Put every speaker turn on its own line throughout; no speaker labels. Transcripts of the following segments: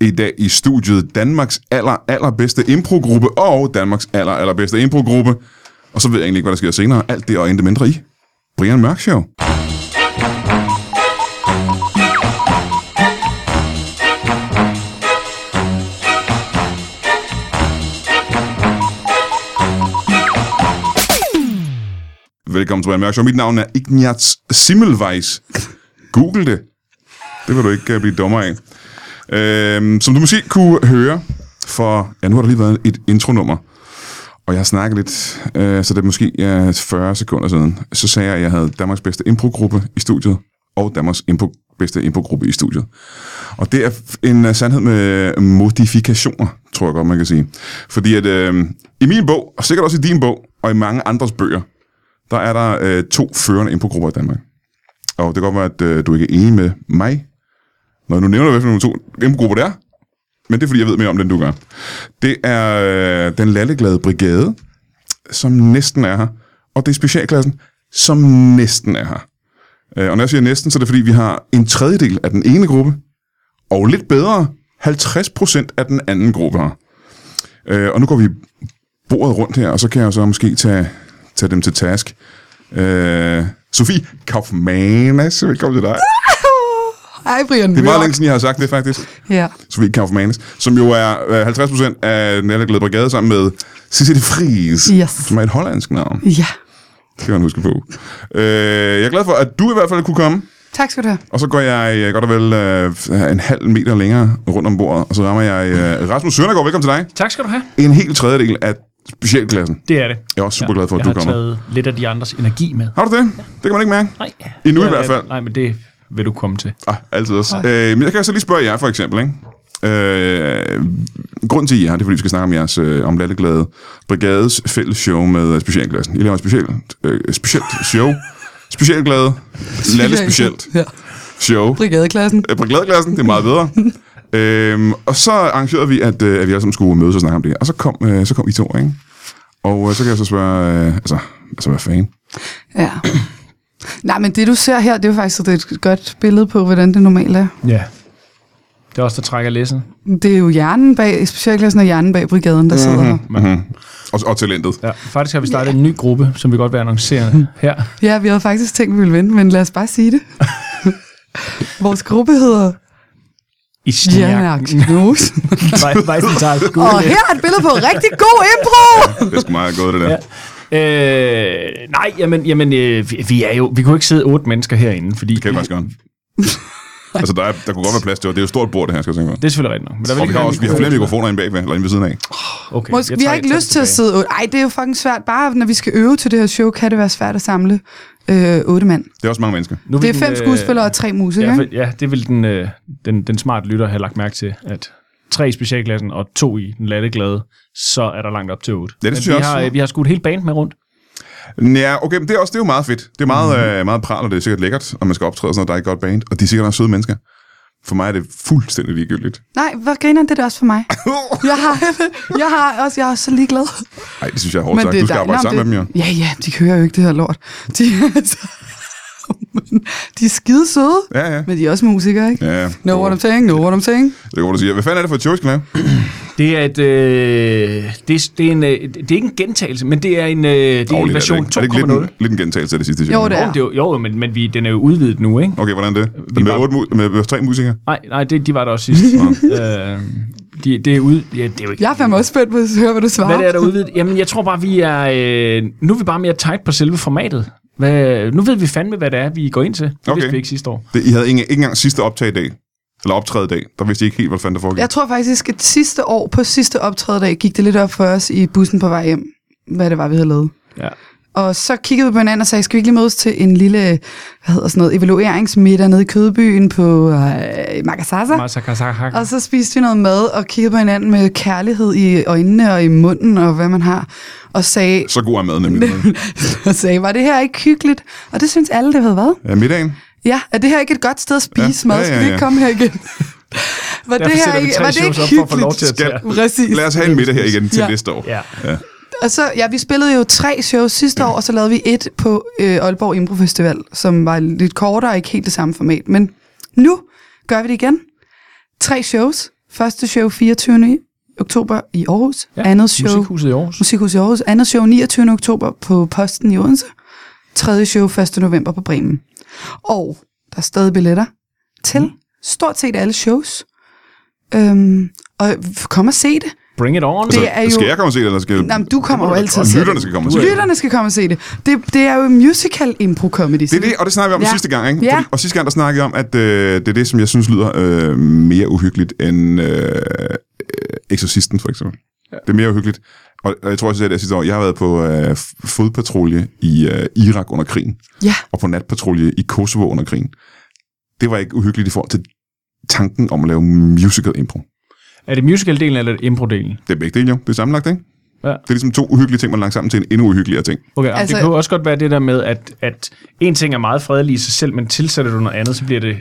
i dag i studiet Danmarks aller, allerbedste improgruppe og Danmarks aller, allerbedste improgruppe. Og så ved jeg egentlig ikke, hvad der sker senere. Alt det og intet mindre i Brian Mørk Show. Velkommen til Brian Mørk Show. Mit navn er Ignaz Simmelweis. Google det. Det vil du ikke øh, blive dommer af. Øhm, som du måske kunne høre, for ja, nu har der lige været et intronummer, og jeg har snakket lidt, øh, så det er måske øh, 40 sekunder siden, så sagde jeg, at jeg havde Danmarks bedste improgruppe i studiet, og Danmarks impro, bedste improgruppe i studiet. Og det er en øh, sandhed med modifikationer, tror jeg godt, man kan sige. Fordi at øh, i min bog, og sikkert også i din bog, og i mange andres bøger, der er der øh, to førende improgrupper i Danmark. Og det kan godt være, at øh, du ikke er enig med mig, Nå, nu nævner jeg i hvert fald nogle to improgrupper der, men det er fordi, jeg ved mere om den, du gør. Det er øh, den lalleglade brigade, som næsten er her, og det er specialklassen, som næsten er her. Øh, og når jeg siger næsten, så er det fordi, vi har en tredjedel af den ene gruppe, og lidt bedre, 50% af den anden gruppe her. Øh, og nu går vi bordet rundt her, og så kan jeg så måske tage, tage dem til task. Øh, Sofie Kaufmannes, velkommen til dig.
Hej, Brian
Det er meget længe siden, jeg har sagt det, faktisk.
Ja.
Sofie Kaufmannes, som jo er øh, 50% af Nærlægglæde Brigade sammen med Cecilie Fries,
Yes.
som er et hollandsk navn.
ja.
Det skal man huske på. Øh, jeg er glad for, at du i hvert fald kunne komme,
Tak skal du have.
og så går jeg øh, godt og vel øh, en halv meter længere rundt om bordet, og så rammer jeg øh, Rasmus Søndergaard. Velkommen til dig.
Tak skal du have.
En hel tredjedel af specialklassen.
Det er det.
Jeg er også super glad for, at
jeg
du
har
kommer.
taget lidt af de andres energi med.
Har du det? Det kan man ikke mærke.
Nej.
Endnu i
Ja,
hvert fald.
Nej, men det vil du komme til.
Ah, altid også. Øh, men jeg kan så lige spørge jer, for eksempel, ikke? Øh, grunden til, at I er her, det er, fordi vi skal snakke om jeres øh, om Lalleglade Brigades fælles show med øh, specialklassen. I laver et specielt, øh, specielt show. Specialglade. Lalle specielt
Ja.
show.
Brigadeklassen.
Øh, Brigadeklassen, det er meget bedre. øhm, og så arrangerede vi, at, øh, at vi alle sammen skulle mødes og snakke om det her. Og så kom, øh, så kom I to, ikke? Og øh, så kan jeg så spørge, øh, altså, altså hvad fanden?
Ja. Nej, men det du ser her, det er jo faktisk det er et godt billede på, hvordan det normalt er.
Ja. Det er også der trækker læsset.
Det er jo hjernen bag, specialklassen og hjernen bag brigaden, der
Mhm.
sidder her.
Og, og talentet.
Ja. Faktisk har vi startet en ny gruppe, som vi godt vil annoncere her.
Ja, vi havde faktisk tænkt, vi ville vente, men lad os bare sige det. Vores gruppe hedder
I stjærken.
Hjerneaktinose. og her er et billede på rigtig god impro!
Det er sgu meget godt, det der.
Ja. Øh, nej, jamen, jamen øh, vi, vi, er jo, vi kunne ikke sidde otte mennesker herinde, fordi...
Kan jeg faktisk godt. altså, der, er, der kunne godt være plads til, og det er jo et stort bord, det her, skal jeg tænke på.
Det er selvfølgelig rigtigt nok. Men der vil
Og vi
ikke
har,
være
også, vi har flere mikrofoner inde bagved, eller inde ved siden af.
Okay,
Måske,
jeg
vi har
trækker
ikke lyst til at
tilbage.
sidde... Ej, det er jo fucking svært. Bare når vi skal øve til det her show, kan det være svært at samle øh, otte mand.
Det er også mange mennesker.
Nu vil
Det er
den,
fem
øh,
skuespillere og tre musikere,
Ja,
ikke?
for, ja, det vil den, øh, den, den smarte lytter have lagt mærke til, at tre i specialklassen og to i den latteglade, så er der langt op til otte.
det
Men
synes
vi
jeg
har,
også.
øh, vi har skudt hele banen med rundt.
Ja, okay, men det er også det er jo meget fedt. Det er meget, mm-hmm. øh, meget pral, og det er sikkert lækkert, og man skal optræde sådan noget, der er et godt band, og de er sikkert også søde mennesker. For mig er det fuldstændig ligegyldigt.
Nej, hvor griner det er det også for mig. Jeg har, jeg har også, jeg er så ligeglad.
Nej, det synes jeg er hårdt sagt. Du skal
dej-
arbejde
Nå,
sammen
det,
med dem, jo.
Ja, ja, de hører jo ikke det her lort. De, altså, men de er skide søde,
Ja, ja.
men de er også musikere, ikke?
Ja,
Know what I'm saying, know what I'm saying.
det er godt, du siger. Hvad fanden er det for et show, vi skal lave?
Det er, et, øh, det, er, det, er en, øh, det er ikke en gentagelse, men det er en, øh, det er
Dårligt
en
er
version 2.0.
det ikke. Er det ikke lidt en, lidt en gentagelse af det sidste show?
Jo, det
Jo, det er, jo- jo, men, men vi, den er jo udvidet nu, ikke?
Okay, hvordan er det?
Vi
Med,
var-
otte, mu- med, med tre musikere?
Nej, nej det, de var der også sidst. øh, de, det er ude, ja, det er jo ikke...
Jeg er fandme også spændt på at høre, hvad du svarer.
Hvad det er der udvidet? Jamen, jeg tror bare, vi er... Øh, nu er vi bare mere tight på selve formatet. Hvad, nu ved vi fandme, hvad det er, vi går ind til. Det
Okay.
vidste vi ikke sidste år.
Det, I havde ikke, ikke engang sidste optag i dag, eller optræde dag. Der vidste I ikke helt, hvad fanden der foregik.
Jeg tror faktisk, at sidste år på sidste optrædedag gik det lidt op for os i bussen på vej hjem, hvad det var, vi havde lavet.
Ja.
Og så kiggede vi på hinanden og sagde, skal vi ikke lige mødes til en lille, hvad hedder sådan noget, evalueringsmiddag nede i Kødbyen på øh, Makassasa?
Masa Kasahak.
Og så spiste vi noget mad og kiggede på hinanden med kærlighed i øjnene og i munden og hvad man har. Og sagde,
Så god er mad nemlig.
og sagde var det her ikke hyggeligt? Og det synes alle, det havde været.
Ja, Øh, middagen?
Ja, er det her ikke et godt sted at spise
Ja,
ja, mad?
ja,
Skal
ja,
vi
ja.
ikke komme her igen? var det
Derfor
her
sætter vi
ikke,
tre
var det
shows
ikke
op for at få lov
hyggeligt?
til at
Skal-
tage.
Præcis.
Lad os have en middag her igen til
Ja.
næste år.
Ja.
Og så, ja, vi spillede jo tre shows sidste år, og så lavede vi et på øh, Aalborg Impro Festival, som var lidt kortere og ikke helt det samme format. Men nu gør vi det igen. Tre shows, Første show 24. oktober i Aarhus. Ja, andet show
Musikhuset i Aarhus.
Musikhus i Aarhus. Andet show 29. oktober på Posten i Odense. Tredje show 1. november på Bremen. Og der er stadig billetter til mm. stort set alle shows. Øhm, og kom og se det.
Bring it on.
Det er jo...
Altså, Skal jeg komme og se det, eller skal...
Nej, men du kommer
Det
jo
må du da
altid
godt.
og se
Lytterne
det.
skal komme og se det.
Lytterne skal komme og se det. Det, det er jo musical impro comedy.
Det er det, og det snakkede vi om ja.
Ja.
sidste gang, ikke?
Ja.
Fordi, og sidste gang, der snakkede jeg om, at øh, det er det, som jeg synes lyder øh, mere uhyggeligt end øh, øh, Exorcisten, for eksempel. Ja. Det er mere uhyggeligt. Og, og jeg tror også, jeg sagde det sidste år. Jeg har været på øh, f- fodpatrulje i øh, Irak under krigen,
Ja,
og på natpatrulje i Kosovo under krigen. Det var ikke uhyggeligt i forhold til tanken om at lave musical impro.
Er det musical-delen eller er det impro-delen?
Det er begge dele jo. Det er sammenlagt, ikke?
Ja.
Det er ligesom to uhyggelige ting, man har lagt sammen til en endnu uhyggeligere ting.
Okay, altså,
Altså-
det kan jo også godt være det der med, at, at en ting er meget fredelig i sig selv, men tilsætter du noget andet, så bliver det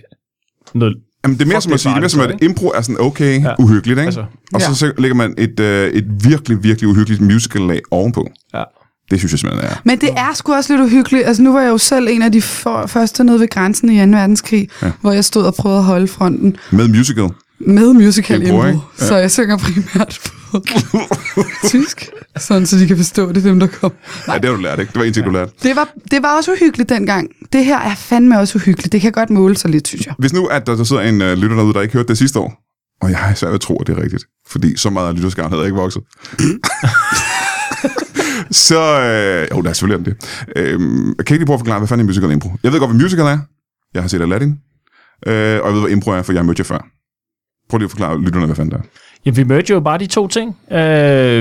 noget...
Jamen, det er mere
Fuck,
som at
det er
sige, det er mere som
farligt,
at impro er sådan okay, ja.
Ja.
uhyggeligt, ikke? Altså,
Altså.
og så,
Ja.
så lægger man et, øh, et virkelig, virkelig uhyggeligt musical-lag ovenpå.
Ja.
Det synes jeg simpelthen er.
men det er sgu også lidt uhyggeligt. Altså, nu var jeg jo selv en af de for, første nede ved grænsen i 2. verdenskrig, ja. hvor jeg stod og prøvede at holde fronten
Med musical.
med musical
Impro,
impro.
ikke?
Ja. Så jeg synger primært på tysk, sådan så de kan forstå det, dem der kom.
Ja, det har du lært, ikke? Det var en ting, du lærte.
Det var, det var også uhyggeligt dengang. Det her er fandme også uhyggeligt. Det kan godt måle sig lidt, synes jeg.
Hvis nu, at der, der sidder en øh, lytter derude, der ikke hørte det sidste år, og jeg har svært ved at tro, at det er rigtigt, fordi så meget af lytterskaren havde ikke vokset. så, øh, jo, der er selvfølgelig om det. Øh, kan I ikke lige prøve at forklare, hvad fanden er musical impro? Jeg ved godt, hvad musical er. Jeg har set Aladdin. Øh, og jeg ved, hvad impro er, for jeg har mødt jer før. Prøv lige at forklare lytterne, hvad fanden det er.
Ja, vi merger jo bare de to ting. Uh,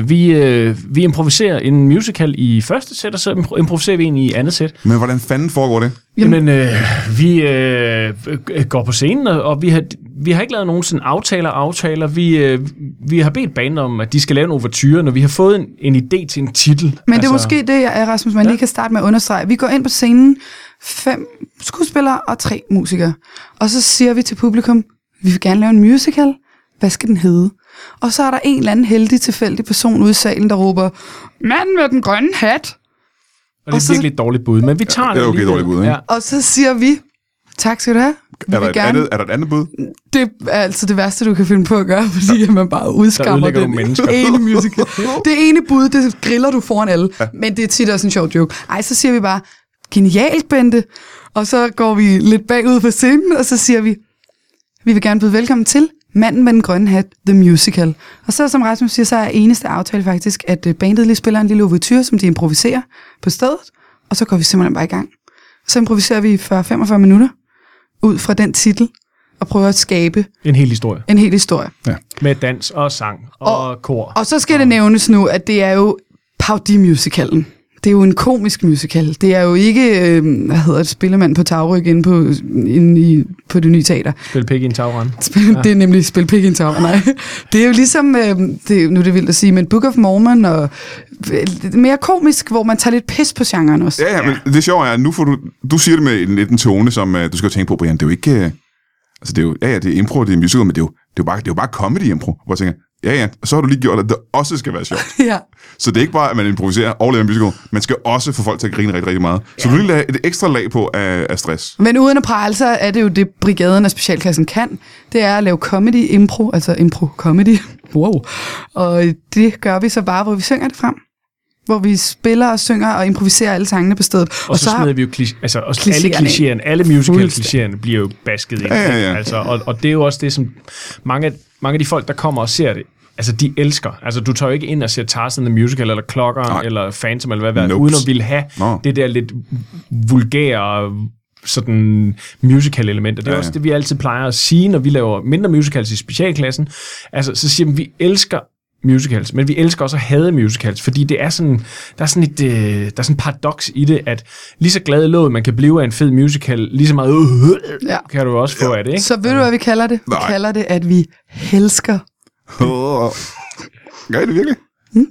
vi, uh, vi improviserer en musical i første sæt, og så impro- improviserer vi en i andet sæt.
Men hvordan fanden foregår det?
Jamen, øh, vi øh, øh, går på scenen, og- og vi har, vi har ikke lavet nogen sådan aftaler aftaler. Vi, øh, vi har bedt banen om, at de skal lave en overture, når vi har fået en, en idé til en titel.
Men altså, det er måske det, jeg, Rasmus, man ja. lige kan starte med at understrege. Vi går ind på scenen, fem skuespillere og tre musikere. Og så siger vi til publikum, vi vil gerne lave en musical. Hvad skal den hedde? Og så er der en eller anden heldig tilfældig person ude i salen, der råber, manden med den grønne hat.
Og det
og
er
så-
virkelig et dårligt bud, men vi tager
det er okay
alligevel.
dårligt bud, ikke?
Ja.
Og så siger vi, tak skal du have. Vi
Er der,
vil
et
gerne.
andet, er der et andet bud?
Det er altså det værste, du kan finde på at gøre, fordi at man bare udskammer
ødelægger du
den
mennesker.
ene musical. Det ene bud, det griller du foran alle, ja. men det er tit også en sjov joke. Ej, så siger vi bare, genialt, Bente. Og så går vi lidt bagud på scenen, og så siger vi, vi vil gerne byde velkommen til Manden med den grønne hat, The Musical. Og så, som Rasmus siger, så er eneste aftale faktisk, at øh, bandet lige spiller en lille overture, som de improviserer på stedet, og så går vi simpelthen bare i gang. Så improviserer vi i 40-45 minutter ud fra den titel, og prøver at skabe
En hel historie.
en hel historie.
Med dans og sang og, og kor.
Og så skal det nævnes nu, at det er jo parodimusicalen. Det er jo en komisk musical. Det er jo ikke, øh, hvad hedder det, spillemand på tagryg inde på, inde i, på det nye teater.
Spille pik i en tagrand.
Spil, ja. Det er nemlig Spil Pig in Tower, nej. Det er jo ligesom, øh, det, er- nu er det vildt at sige, men Book of Mormon og øh, mere komisk, hvor man tager lidt pis på genren også.
Ja, ja, men det sjove er, at nu får du, du siger det med en, lidt en tone, som uh, du skal jo tænke på, Brian, det er jo ikke... Uh, altså, det er jo, ja, ja, det er impro, det er musical, men det er jo, det er jo bare, det er jo bare comedy-impro, hvor jeg tænker, ja, ja, og så har du lige gjort, at det også skal være sjovt.
Ja.
Så det er ikke bare, at man improviserer og laver en musical, man skal også få folk til at grine rigtig, rigtig meget. Så du lige lagde et ekstra lag på af, af stress.
Men uden at prale, så er det jo det, brigaden og specialklassen kan. Det er at lave comedy impro, altså impro comedy. Wow. Og det gør vi så bare, hvor vi synger det frem. Hvor vi spiller og synger og improviserer alle sangene på stedet.
Og, og så, så smider vi jo klis- altså, og alle
Klichéerne.
klichéerne, alle musical-klichéerne bliver jo basket ind.
Ja, ja, ja.
Altså, og, og det er jo også det, som mange, mange af de folk, der kommer og ser det, altså de elsker. Altså du tager jo ikke ind og ser Tarzan the Musical, eller Klokkeren,
Nej.
eller Phantom, eller hvad
Nope.
nope. uden at ville have
Nå.
Nå. det der lidt vulgære sådan musical element, og det er
Ja,
ja,
ja.
også det, vi altid plejer at sige, når vi laver mindre musicals i specialklassen. Altså, så siger vi, vi elsker musicals, men vi elsker også at hade musicals, fordi det er sådan, der er sådan et øh, der er sådan et paradoks i det, at lige så glad i låget man kan blive af en fed musical, lige så meget øh, øh,
Ja.
kan du også få af det, ikke?
Så ved du, hvad vi kalder det?
Nej.
Vi kalder det, at vi helsker.
Gør I det virkelig?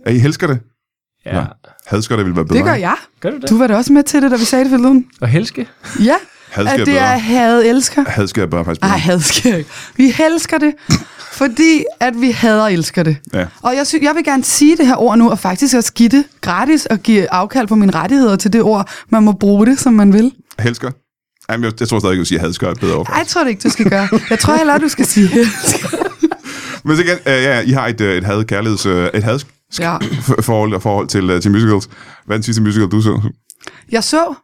Er I helsker det?
Ja.
Hadsker det vil være bedre.
Hmm? Det gør jeg.
Gør du det?
Du var da også med til det, da vi sagde det forleden.
Og Helske?
Ja,
Hadsker
at
er
det er
bedre.
had elsker.
Hadsker er bare faktisk bedre.
Nej, hadsker jeg ikke. Vi helsker det, fordi at vi hader og elsker det.
Ja.
Og jeg, sy- jeg vil gerne sige det her ord nu, og faktisk også give det gratis og give afkald på mine rettigheder til det ord. Man må bruge det, som man vil.
Helsker? Jamen, jeg, jeg tror stadig, at jeg vil sige, at hadsker er et bedre ord.
Ej, jeg tror det ikke, du skal gøre. Jeg tror heller, du skal sige helsker.
Men så igen, øh, ja, I har et, øh, et had, kærligheds, øh, et had
Ja.
forhold, forhold til, øh, til musicals. Hvad er den sidste musical, du så?
Jeg så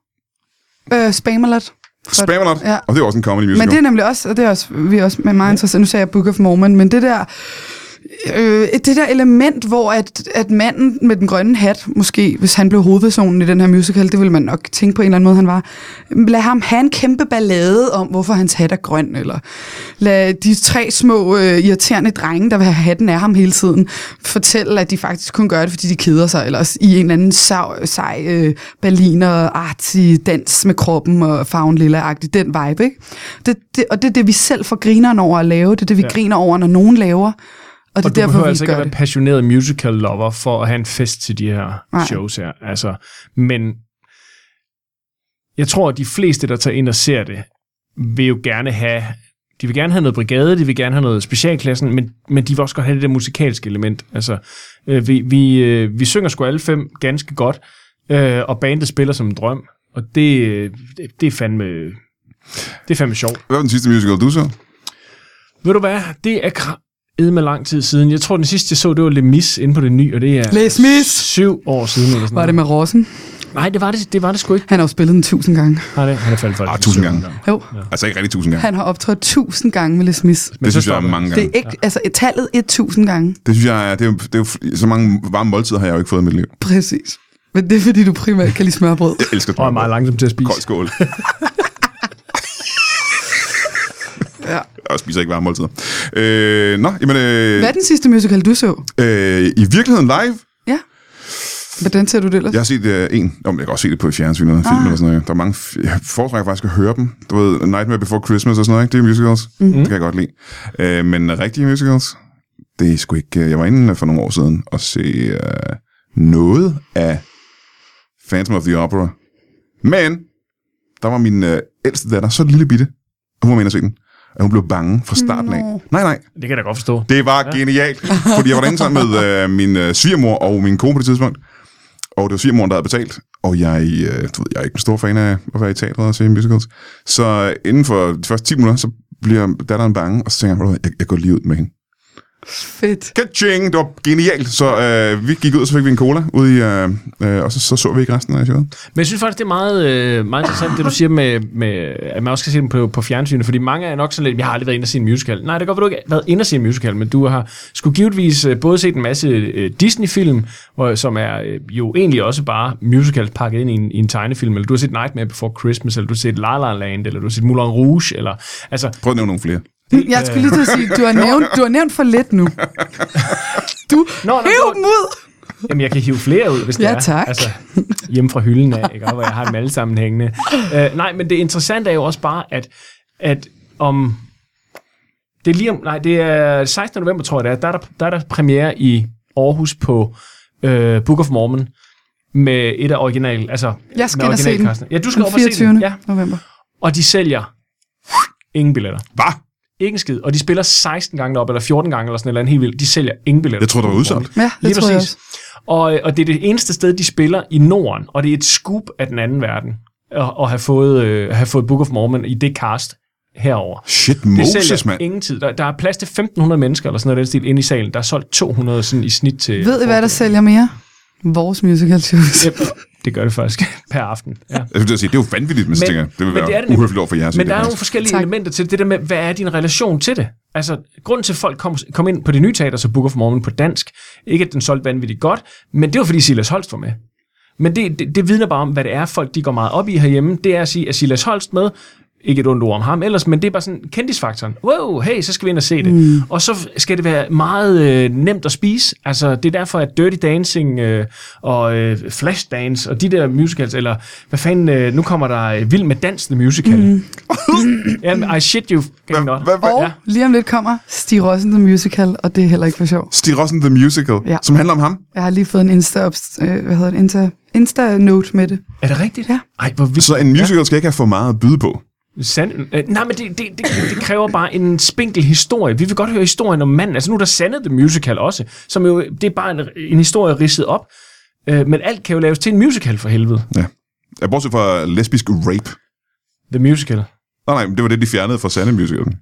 øh, Spamalot.
Spamalot?
Ja.
Og det er også en comedy musical.
Men det er nemlig også, og det er også, vi er også med meget interesseret, nu sagde jeg Book of Mormon, men det der, øh, det der element, hvor at, at manden med den grønne hat, måske hvis han blev hovedpersonen i den her musical, det ville man nok tænke på en eller anden måde, han var. Lad ham have en kæmpe ballade om, hvorfor hans hat er grøn, eller lad de tre små øh, irriterende drenge, der vil have hatten af ham hele tiden, fortælle, at de faktisk kun gør det, fordi de keder sig, eller også i en eller anden sej, sej øh, berliner artig dans med kroppen og farven lilla-agtig, den vibe, ikke? Det, det, og det er det, vi selv får grineren over at lave, det er det, vi
Ja.
ja. griner over, når nogen laver, og det
Og
er
du
derfor,
behøver
vi
altså ikke
gør
at være
det.
passioneret musical lover for at have en fest til de her Nej.
Nej.
shows her. Altså, men jeg tror, at de fleste, der tager ind og ser det, vil jo gerne have de vil gerne have noget brigade, de vil gerne have noget specialklassen, men, men de vil også godt have det der musikalske element. Altså, øh, vi, vi, øh, vi synger sgu alle fem ganske godt, øh, og bandet spiller som en drøm, og det, øh, det, det er fandme... Det er fandme sjovt.
Hvad var den sidste musical, du så?
Ved du hvad? Det er med lang tid siden. Jeg tror, den sidste, jeg så, det var Le Mis inde på det nye, og det er
Les Mis!
syv år siden. Eller sådan
Var det
noget.
med Rossen?
Nej, det var det, det var det sgu ikke.
Han har jo spillet den tusind gange.
Nej, det, han er faldet for det.
Ah, tusind gange.
Jo,
Altså ikke rigtig tusind gange.
han har optrådt tusind gange med Les Mis.
det synes jeg er
stopper
mange
Det
gange.
er ikke, altså et tallet 1000 gange.
Det synes jeg er, det er, jo, det er jo, f- så mange varme måltider har jeg jo ikke fået i mit liv.
Præcis. Men det er, fordi du primært kan lide smørbrød.
Jeg elsker
Og er meget langsom til at spise.
Kold skål.
Ja.
Jeg spiser ikke varme måltider. Øh, nå, jamen... Øh,
Hvad er den sidste musical, du så?
øh, I virkeligheden live?
Ja. Hvordan ser du det ellers?
Jeg har set øh, en. Nå, men jeg kan også se det på fjernsynet, ah. film eller sådan noget. Der er mange... F- jeg foretrækker faktisk at høre dem. Du ved, Nightmare Before Christmas og sådan noget, ikke? Det er musicals.
Mhm.
Mm. Det kan jeg godt lide. Øh, men rigtige musicals? Det er sgu ikke... øh, Jeg var inde for nogle år siden og se øh, noget af Phantom of the Opera. Men der var min øh, ældste datter, så lille bitte, og hun var med inde og se den. Og hun blev bange fra starten af.
Nå.
Nej, nej,
Det kan jeg da godt forstå.
det var ja. genialt, fordi jeg var derinde sammen med øh, min øh, svigermor og min kone på det tidspunkt. Og det var svigermoren, der havde betalt. Og jeg, øh, du ved, jeg er ikke en stor fan af at være i teatret og se musicals. Så øh, inden for de første 10 minutter, så bliver datteren bange, og så tænker jeg, "Ved du hvad, jeg, jeg går lige ud med hende.
Fedt.
Kaching, det var genialt. Så øh, vi gik ud, og så fik vi en cola ude i, øh, øh, og så, så så vi ikke resten af showet.
Men jeg synes faktisk, det er meget, øh, meget interessant, det du siger med, med, at man også kan se dem på, på fjernsynet, fordi mange er nok sådan lidt, jeg har aldrig været inde og se en musical. Nej, det kan godt være, du ikke har været inde og se en musical, men du har skulle givetvis øh, både set en masse øh, Disney-film, hvor, som er øh, jo egentlig også bare musicals pakket ind i en, i en tegnefilm, eller du har set Nightmare Before Christmas, eller du har set La La Land, eller du har set Moulin Rouge, eller altså,
Prøv at nævne nogle flere.
Jeg skulle lige til at sige, du har nævnt, du har nævnt for lidt nu. Du
Nå, nå,
hæv
nå.
dem ud!
Jamen, jeg kan hive flere ud, hvis det
Ja,
er.
tak.
Altså, hjemme fra hylden af, ikke? Og hvor jeg har dem alle sammenhængende. Uh, nej, men det interessante er jo også bare, at, at om... Det er lige om... Nej, det er 16. november, tror jeg det er. Der er der, der, er der premiere i Aarhus på uh, Book of Mormon med et af original... Altså,
Jeg skal
med
ind og se den.
originalkasten. Ja, du skal
Den
op og se
24.
den. Ja,
november.
og de sælger ingen billetter.
Hvad?
Ikke en skid. Og de spiller 16 gange op eller 14 gange eller sådan et eller andet helt vildt. De sælger ingen billetter.
Jeg tror, der var
Book of Mormon.
udsolgt.
Ja, det
Lige
tror jeg
præcis.
også.
Og, og det er det eneste sted, de spiller i Norden, og det er et scoop af den anden verden, at, at have, fået, øh, have fået Book of Mormon i det cast herover.
Shit,
Det
Moses,
sælger
mand.
ingen tid. Der, der er plads til 1.500 mennesker, eller sådan noget af den stil, inde i salen. Der er solgt 200 sådan, i snit til...
Ved I, hvad der sælger mere? Vores musical shows.
Yep. Det gør det faktisk per aften. Ja.
Jeg skulle til at sige, det er jo vanvittigt, men, men så
Men-
tænker jeg, det vil
men det er
være
det nemlig.
uhøfligt over for jer. at sige Altså,
Men
det,
der er nogle
faktisk.
forskellige tak.
Tak.
elementer til det der med, hvad er din relation til det? Altså, grunden til, at folk kom, kom ind på det nye teater, så Book of Mormon på dansk, ikke at den solgte vanvittigt godt, men det var, fordi Silas Holst var med. Men det, det, det vidner bare om, hvad det er, folk de går meget op i herhjemme. Det er at sige, at Silas Holst med, ikke et ondt ord om ham ellers, men det er bare sådan kendisfaktoren. Wow, hey, så skal vi ind og se det. Mm. Og så skal det være meget øh, nemt at spise. Altså, det er derfor, at Dirty Dancing øh, og øh, Flashdance og de der musicals, eller hvad fanden, øh, nu kommer der øh, Vild med Dansende Musical. Mm. Jamen, I shit you fucking not.
Hvad, hvad,
Og lige om lidt kommer Stig Rossen The Musical, og det er heller ikke for sjov.
Stig Rossen The Musical, ja.
Ja.
som handler om ham.
Jeg har lige fået en Insta, øh, hvad hedder det, Insta, Insta-note med det.
Er det rigtigt?
Ja.
Ej, hvor vildt.
Så en musical skal ikke have for meget at byde på.
Sand, øh, nej, men det, det, det, det kræver bare en spinkel historie. Vi vil godt høre historien om manden. Altså nu er der Sandet The Musical også, som jo, det er bare en, en historie ridset op. Øh, men alt kan jo laves til en musical for helvede.
Ja. Ja, bortset fra lesbisk rape.
The Musical.
Nej, nej, men det var det, de fjernede fra sande musicalen.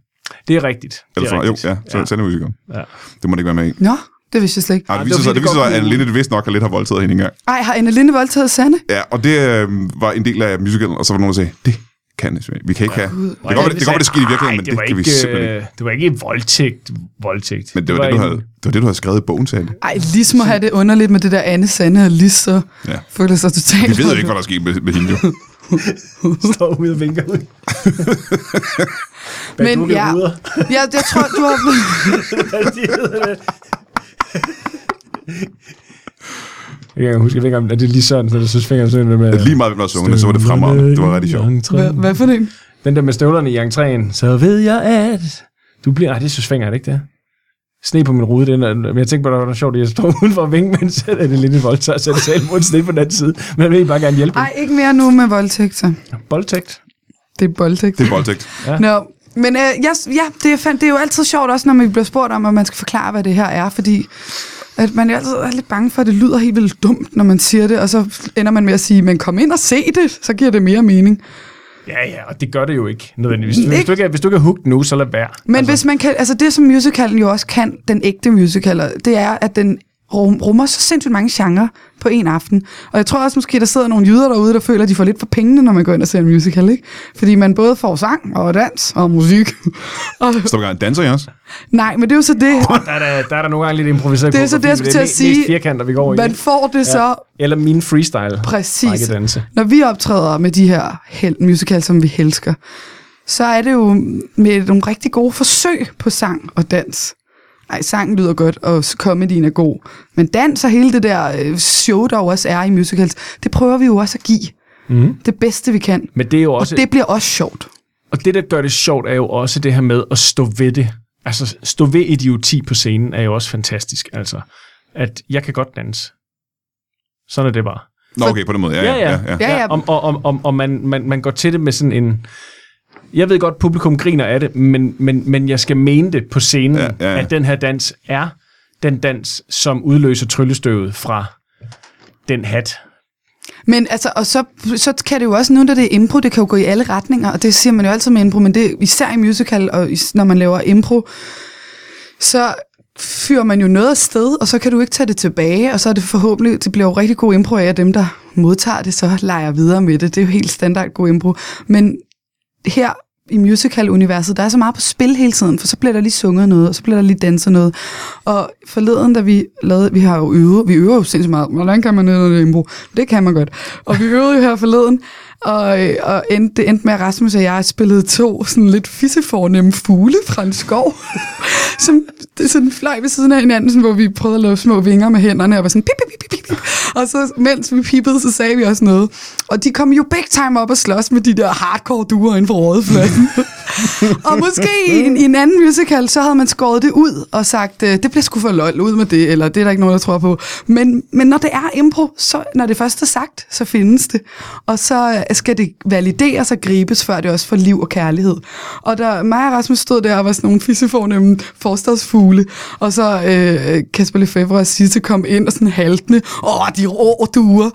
Det er rigtigt. Det
Eller
er
fra, jo,
rigtigt.
ja, så, ja. så er det musiker.
Ja.
Det må det ikke være med i.
Nå, det vidste jeg slet ikke.
Ej,
det
det viser
var
sig,
fordi,
det viser
det godt
sig, at
kunne-
Anne Linnet vist nok har lidt har voldtaget hende engang.
Ej, har Anne Linde voldtaget Sanne?
Ja, og det øh, var en del af musicalen, og så var der nogen, der sagde, det kan jeg simpelthen ikke. Vi kan ikke have... Det kan godt være, det, det, kan godt være, det skete i virkeligheden,
Ej,
men det,
var
kan vi
ikke,
simpelthen ikke.
øh, Det var ikke voldtægt, voldtægt.
Men det var det, du havde, det var det, du havde skrevet i bogen til. Anne.
Ej, Lis må have det underligt med det der Anne, Sanne og Lis, så
Ja.
ja. føler sig totalt...
Vi ved jo ikke, hvad der skete med, med hende, jo.
Du står ude og vinker ud. Bag
Men ja, ja, jeg tror, du har...
Jeg kan ikke huske, jeg ved ikke, om er det lige sådan, når du synes fingeren sådan det med...
Lige meget, hvem der sunget, det, så var det fremragende. Det var rigtig sjovt.
Hvad, hvad for en?
Den der med støvlerne i entréen. Så ved jeg, at du bliver... Ej, det synes fingeren, ikke det? Sne på min rude, den er, men jeg tænkte på, at det var sjovt, at jeg stod udenfor og vinke, men så er det lidt en voldtag, så er det selv mod sne på den anden side. Men jeg vil egentlig bare gerne hjælpe.
Ej, ikke mere nu med voldtægt, så.
hende. Voldtægt.
Det er voldtægt.
Det er voldtægt.
Nå, men øh, jeg, ja, det er, fandt, det er jo altid sjovt også, når man bliver spurgt om, at man skal forklare, hvad det her er, fordi at man jo altid er lidt bange for, at det lyder helt vildt dumt, når man siger det, og så ender man med at sige, men kom ind og se det, så giver det mere mening.
Ja, ja, og det gør det jo ikke nødvendigvis. Hvis,
Ikke-
hvis, du, ikke, er- hvis du ikke er hooked nu, så lad være.
Men altså. hvis man kan, altså det som musicalen jo også kan, den ægte musical, det er, at den rum, rummer så sindssygt mange genrer på en aften. Og jeg tror også måske, der sidder nogle jyder derude, der føler, at de får lidt for pengene, når man går ind og ser en musical, ikke? Fordi man både får sang og dans og musik. og,
Stop gang, danser jeg også?
nej, men det er jo så det.
Der er, der, der er der nogle gange lidt improviseret
Det er så
koreografi,
det, jeg skulle
men
til at
me-
sige.
Mest firkanter, vi går i.
Man får det så
Eller min freestyle.
Præcis.
Danse.
Når vi optræder med de her hel- musicals, som vi elsker, så er det jo med nogle rigtig gode forsøg på sang og dans. Ej, sangen lyder godt, og s- comedyen er god. Men dans og hele det der øh, show, der jo også er i musicals, det prøver vi jo også at give.
Mhm.
Mm. Det bedste, vi kan.
Men det er jo også...
Og det bliver også sjovt.
Og det, der gør det sjovt, er jo også det her med at stå ved det. Altså, stå ved idioti på scenen er jo også fantastisk. Altså, at jeg kan godt danse. Sådan er det bare.
Nå, okay, på den måde. Ja, ja, ja. ja.
Ja, ja.
Om, og om, om, om man, man, man går til det med sådan en... Jeg ved godt, publikum griner af det, men, men, men jeg skal mene det på scenen,
Ja,
ja,
ja,
ja.
ja.
at den her dans er den dans, som udløser tryllestøvet fra den hat.
Men altså, og så, så kan det jo også, nu da det er impro, det kan jo gå i alle retninger, og det siger man jo altid med impro, men det især i musical, og is- når man laver impro, så fyrer man jo noget afsted, og så kan du ikke tage det tilbage, og så er det forhåbentlig, det bliver jo rigtig god impro af, at dem, der modtager det, så leger videre med det. Det er jo helt standard god impro. Men her i musical-universet, der er så meget på spil hele tiden, for så bliver der lige sunget noget, og så bliver der lige danset noget. Og forleden, da vi lavede, vi har jo øvet, vi øver jo sindssygt meget, hvordan kan man noget det impro? Det kan man godt. Og vi øvede jo her forleden, og, øh, og endte, det endte med, at Rasmus og jeg spillede to sådan lidt fissefornemme fugle fra en skov, som det sådan fløj ved siden af hinanden, sådan, hvor vi prøvede at lave små vinger med hænderne, og var sådan pip, pip, pip, pip, pip. Og så, mens vi pippede, så sagde vi også noget. Og de kom jo big time op og slås med de der hardcore duer inden for rådefladen. og måske i en, i en anden musical, så havde man skåret det ud og sagt, øh, det bliver sgu for lol ud med det, eller det er der ikke nogen, der tror på. Men, men når det er impro, så når det først er sagt, så findes det. Og så øh, skal det valideres og gribes, før det også får liv og kærlighed. Og der mig og Rasmus stod der og var sådan nogle fissefornemme forstadsfugle, og så øh, Kasper Lefebvre og Sisse kom ind og sådan haltende, åh, de rå duer.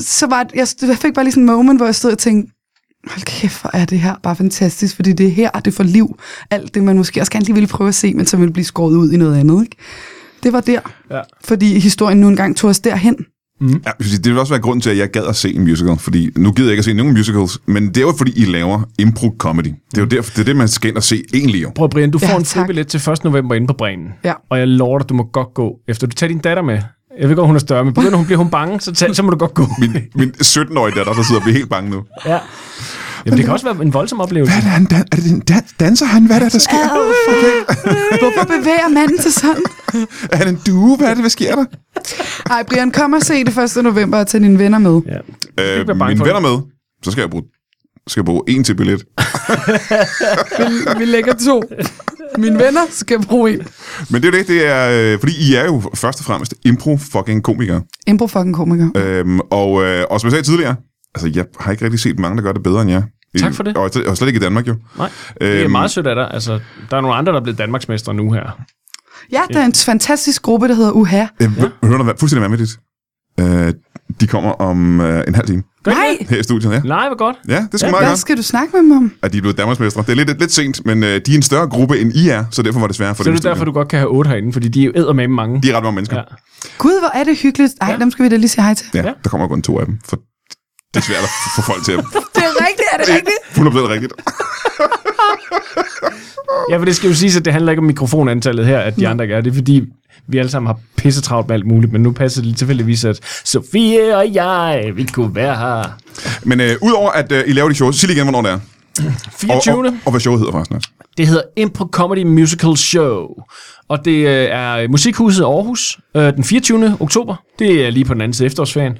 Så var det- jeg, jeg fik bare lige sådan en moment, hvor jeg stod og tænkte, hold kæft, hvor er det her bare fantastisk, fordi det er her, det får liv. Alt det, man måske også gerne lige ville prøve at se, men så ville blive skåret ud i noget andet, ikke? Det var der,
Ja.
fordi historien nu engang tog os derhen.
Ja, jeg vil sige, det vil også være grunden til, at jeg gad at se en musical, fordi nu gider jeg ikke at se nogen musicals, men det er jo fordi, I laver impro-comedy. Det er jo derfor, det er det, man skal ind og se egentlig jo.
Prøv Brian, du får
Ja,
en
tak.
fribillet til 1. november inde på Bremen.
Ja.
Og jeg lover dig, du må godt gå, efter du tager din datter med. Jeg ved godt, hun er større, men begynder hun, bliver hun bange, så, tag, så må du godt gå.
Min, min 17-årige datter, der sidder og bliver helt bange nu.
Ja. Jamen, det kan også være en voldsom oplevelse.
Er det, han, dan- er det en dan- danser han? Hvad er det, der sker?
Hvorfor bevæger manden sig sådan?
Er han en due? Hvad er det, hvad sker der?
Ej, Brian, kom og se det 1. november og tag dine venner med.
Ja.
Øh,
ikke være bange
mine
for
venner med, så skal jeg bruge skal jeg bruge en til billet.
Vi, vi lægger to. Mine venner skal bruge en.
Men det er jo det, det er, øh, fordi I er jo først og fremmest impro-fucking-komikere.
Impro fucking komiker.
Øhm, og, øh, og som jeg sagde tidligere, altså jeg har ikke rigtig set mange, der gør det bedre end jer.
Tak for det.
Og, og slet ikke i Danmark jo.
Nej, det
Øhm.
er meget sødt af dig. Altså, der er nogle andre, der er blevet Danmarksmester nu her.
Ja, der er en fantastisk gruppe, der hedder UHA.
Jeg ja. hører noget fuldstændig vanvittigt. Øh, de kommer om øh, en halv time.
Gør I
Nej,
det?
her i studiet, ja.
Nej, hvor godt.
Ja, det skal
Ja,
ja, meget
hvad
godt.
skal du snakke med mig om?
At de er blevet Danmarksmestre. Det er lidt, lidt sent, men øh, de er en større gruppe, end I er, så derfor var det svært for
Så
dem i
er det derfor,
studiet.
du godt kan have otte herinde, fordi de er jo eddermame mange.
De er ret mange mennesker.
Ja.
Ja.
Gud, hvor er det hyggeligt. Ej,
Ja.
ja. dem skal vi da lige sige hej til.
Ja,
Ja.
der kommer kun to af dem, for det er svært at få folk til at...
Det er rigtigt, er det rigtigt?
100% rigtigt.
Ja, for det skal jo siges, at det handler ikke om mikrofonantallet her, at de andre ikke er. Det er fordi, vi alle sammen har pissetravlt med alt muligt, men nu passer det lige tilfældigvis, at Sofie og jeg, vi kunne være her.
Men øh, udover at øh, I laver de shows, sig lige igen, hvornår det er. Og,
24.
og, og hvad showet hedder faktisk. Nat.
Det hedder Impro Comedy Musical Show, og det øh, er Musikhuset i Aarhus øh, den 24. oktober. Det er lige på den anden side af efterårsferien.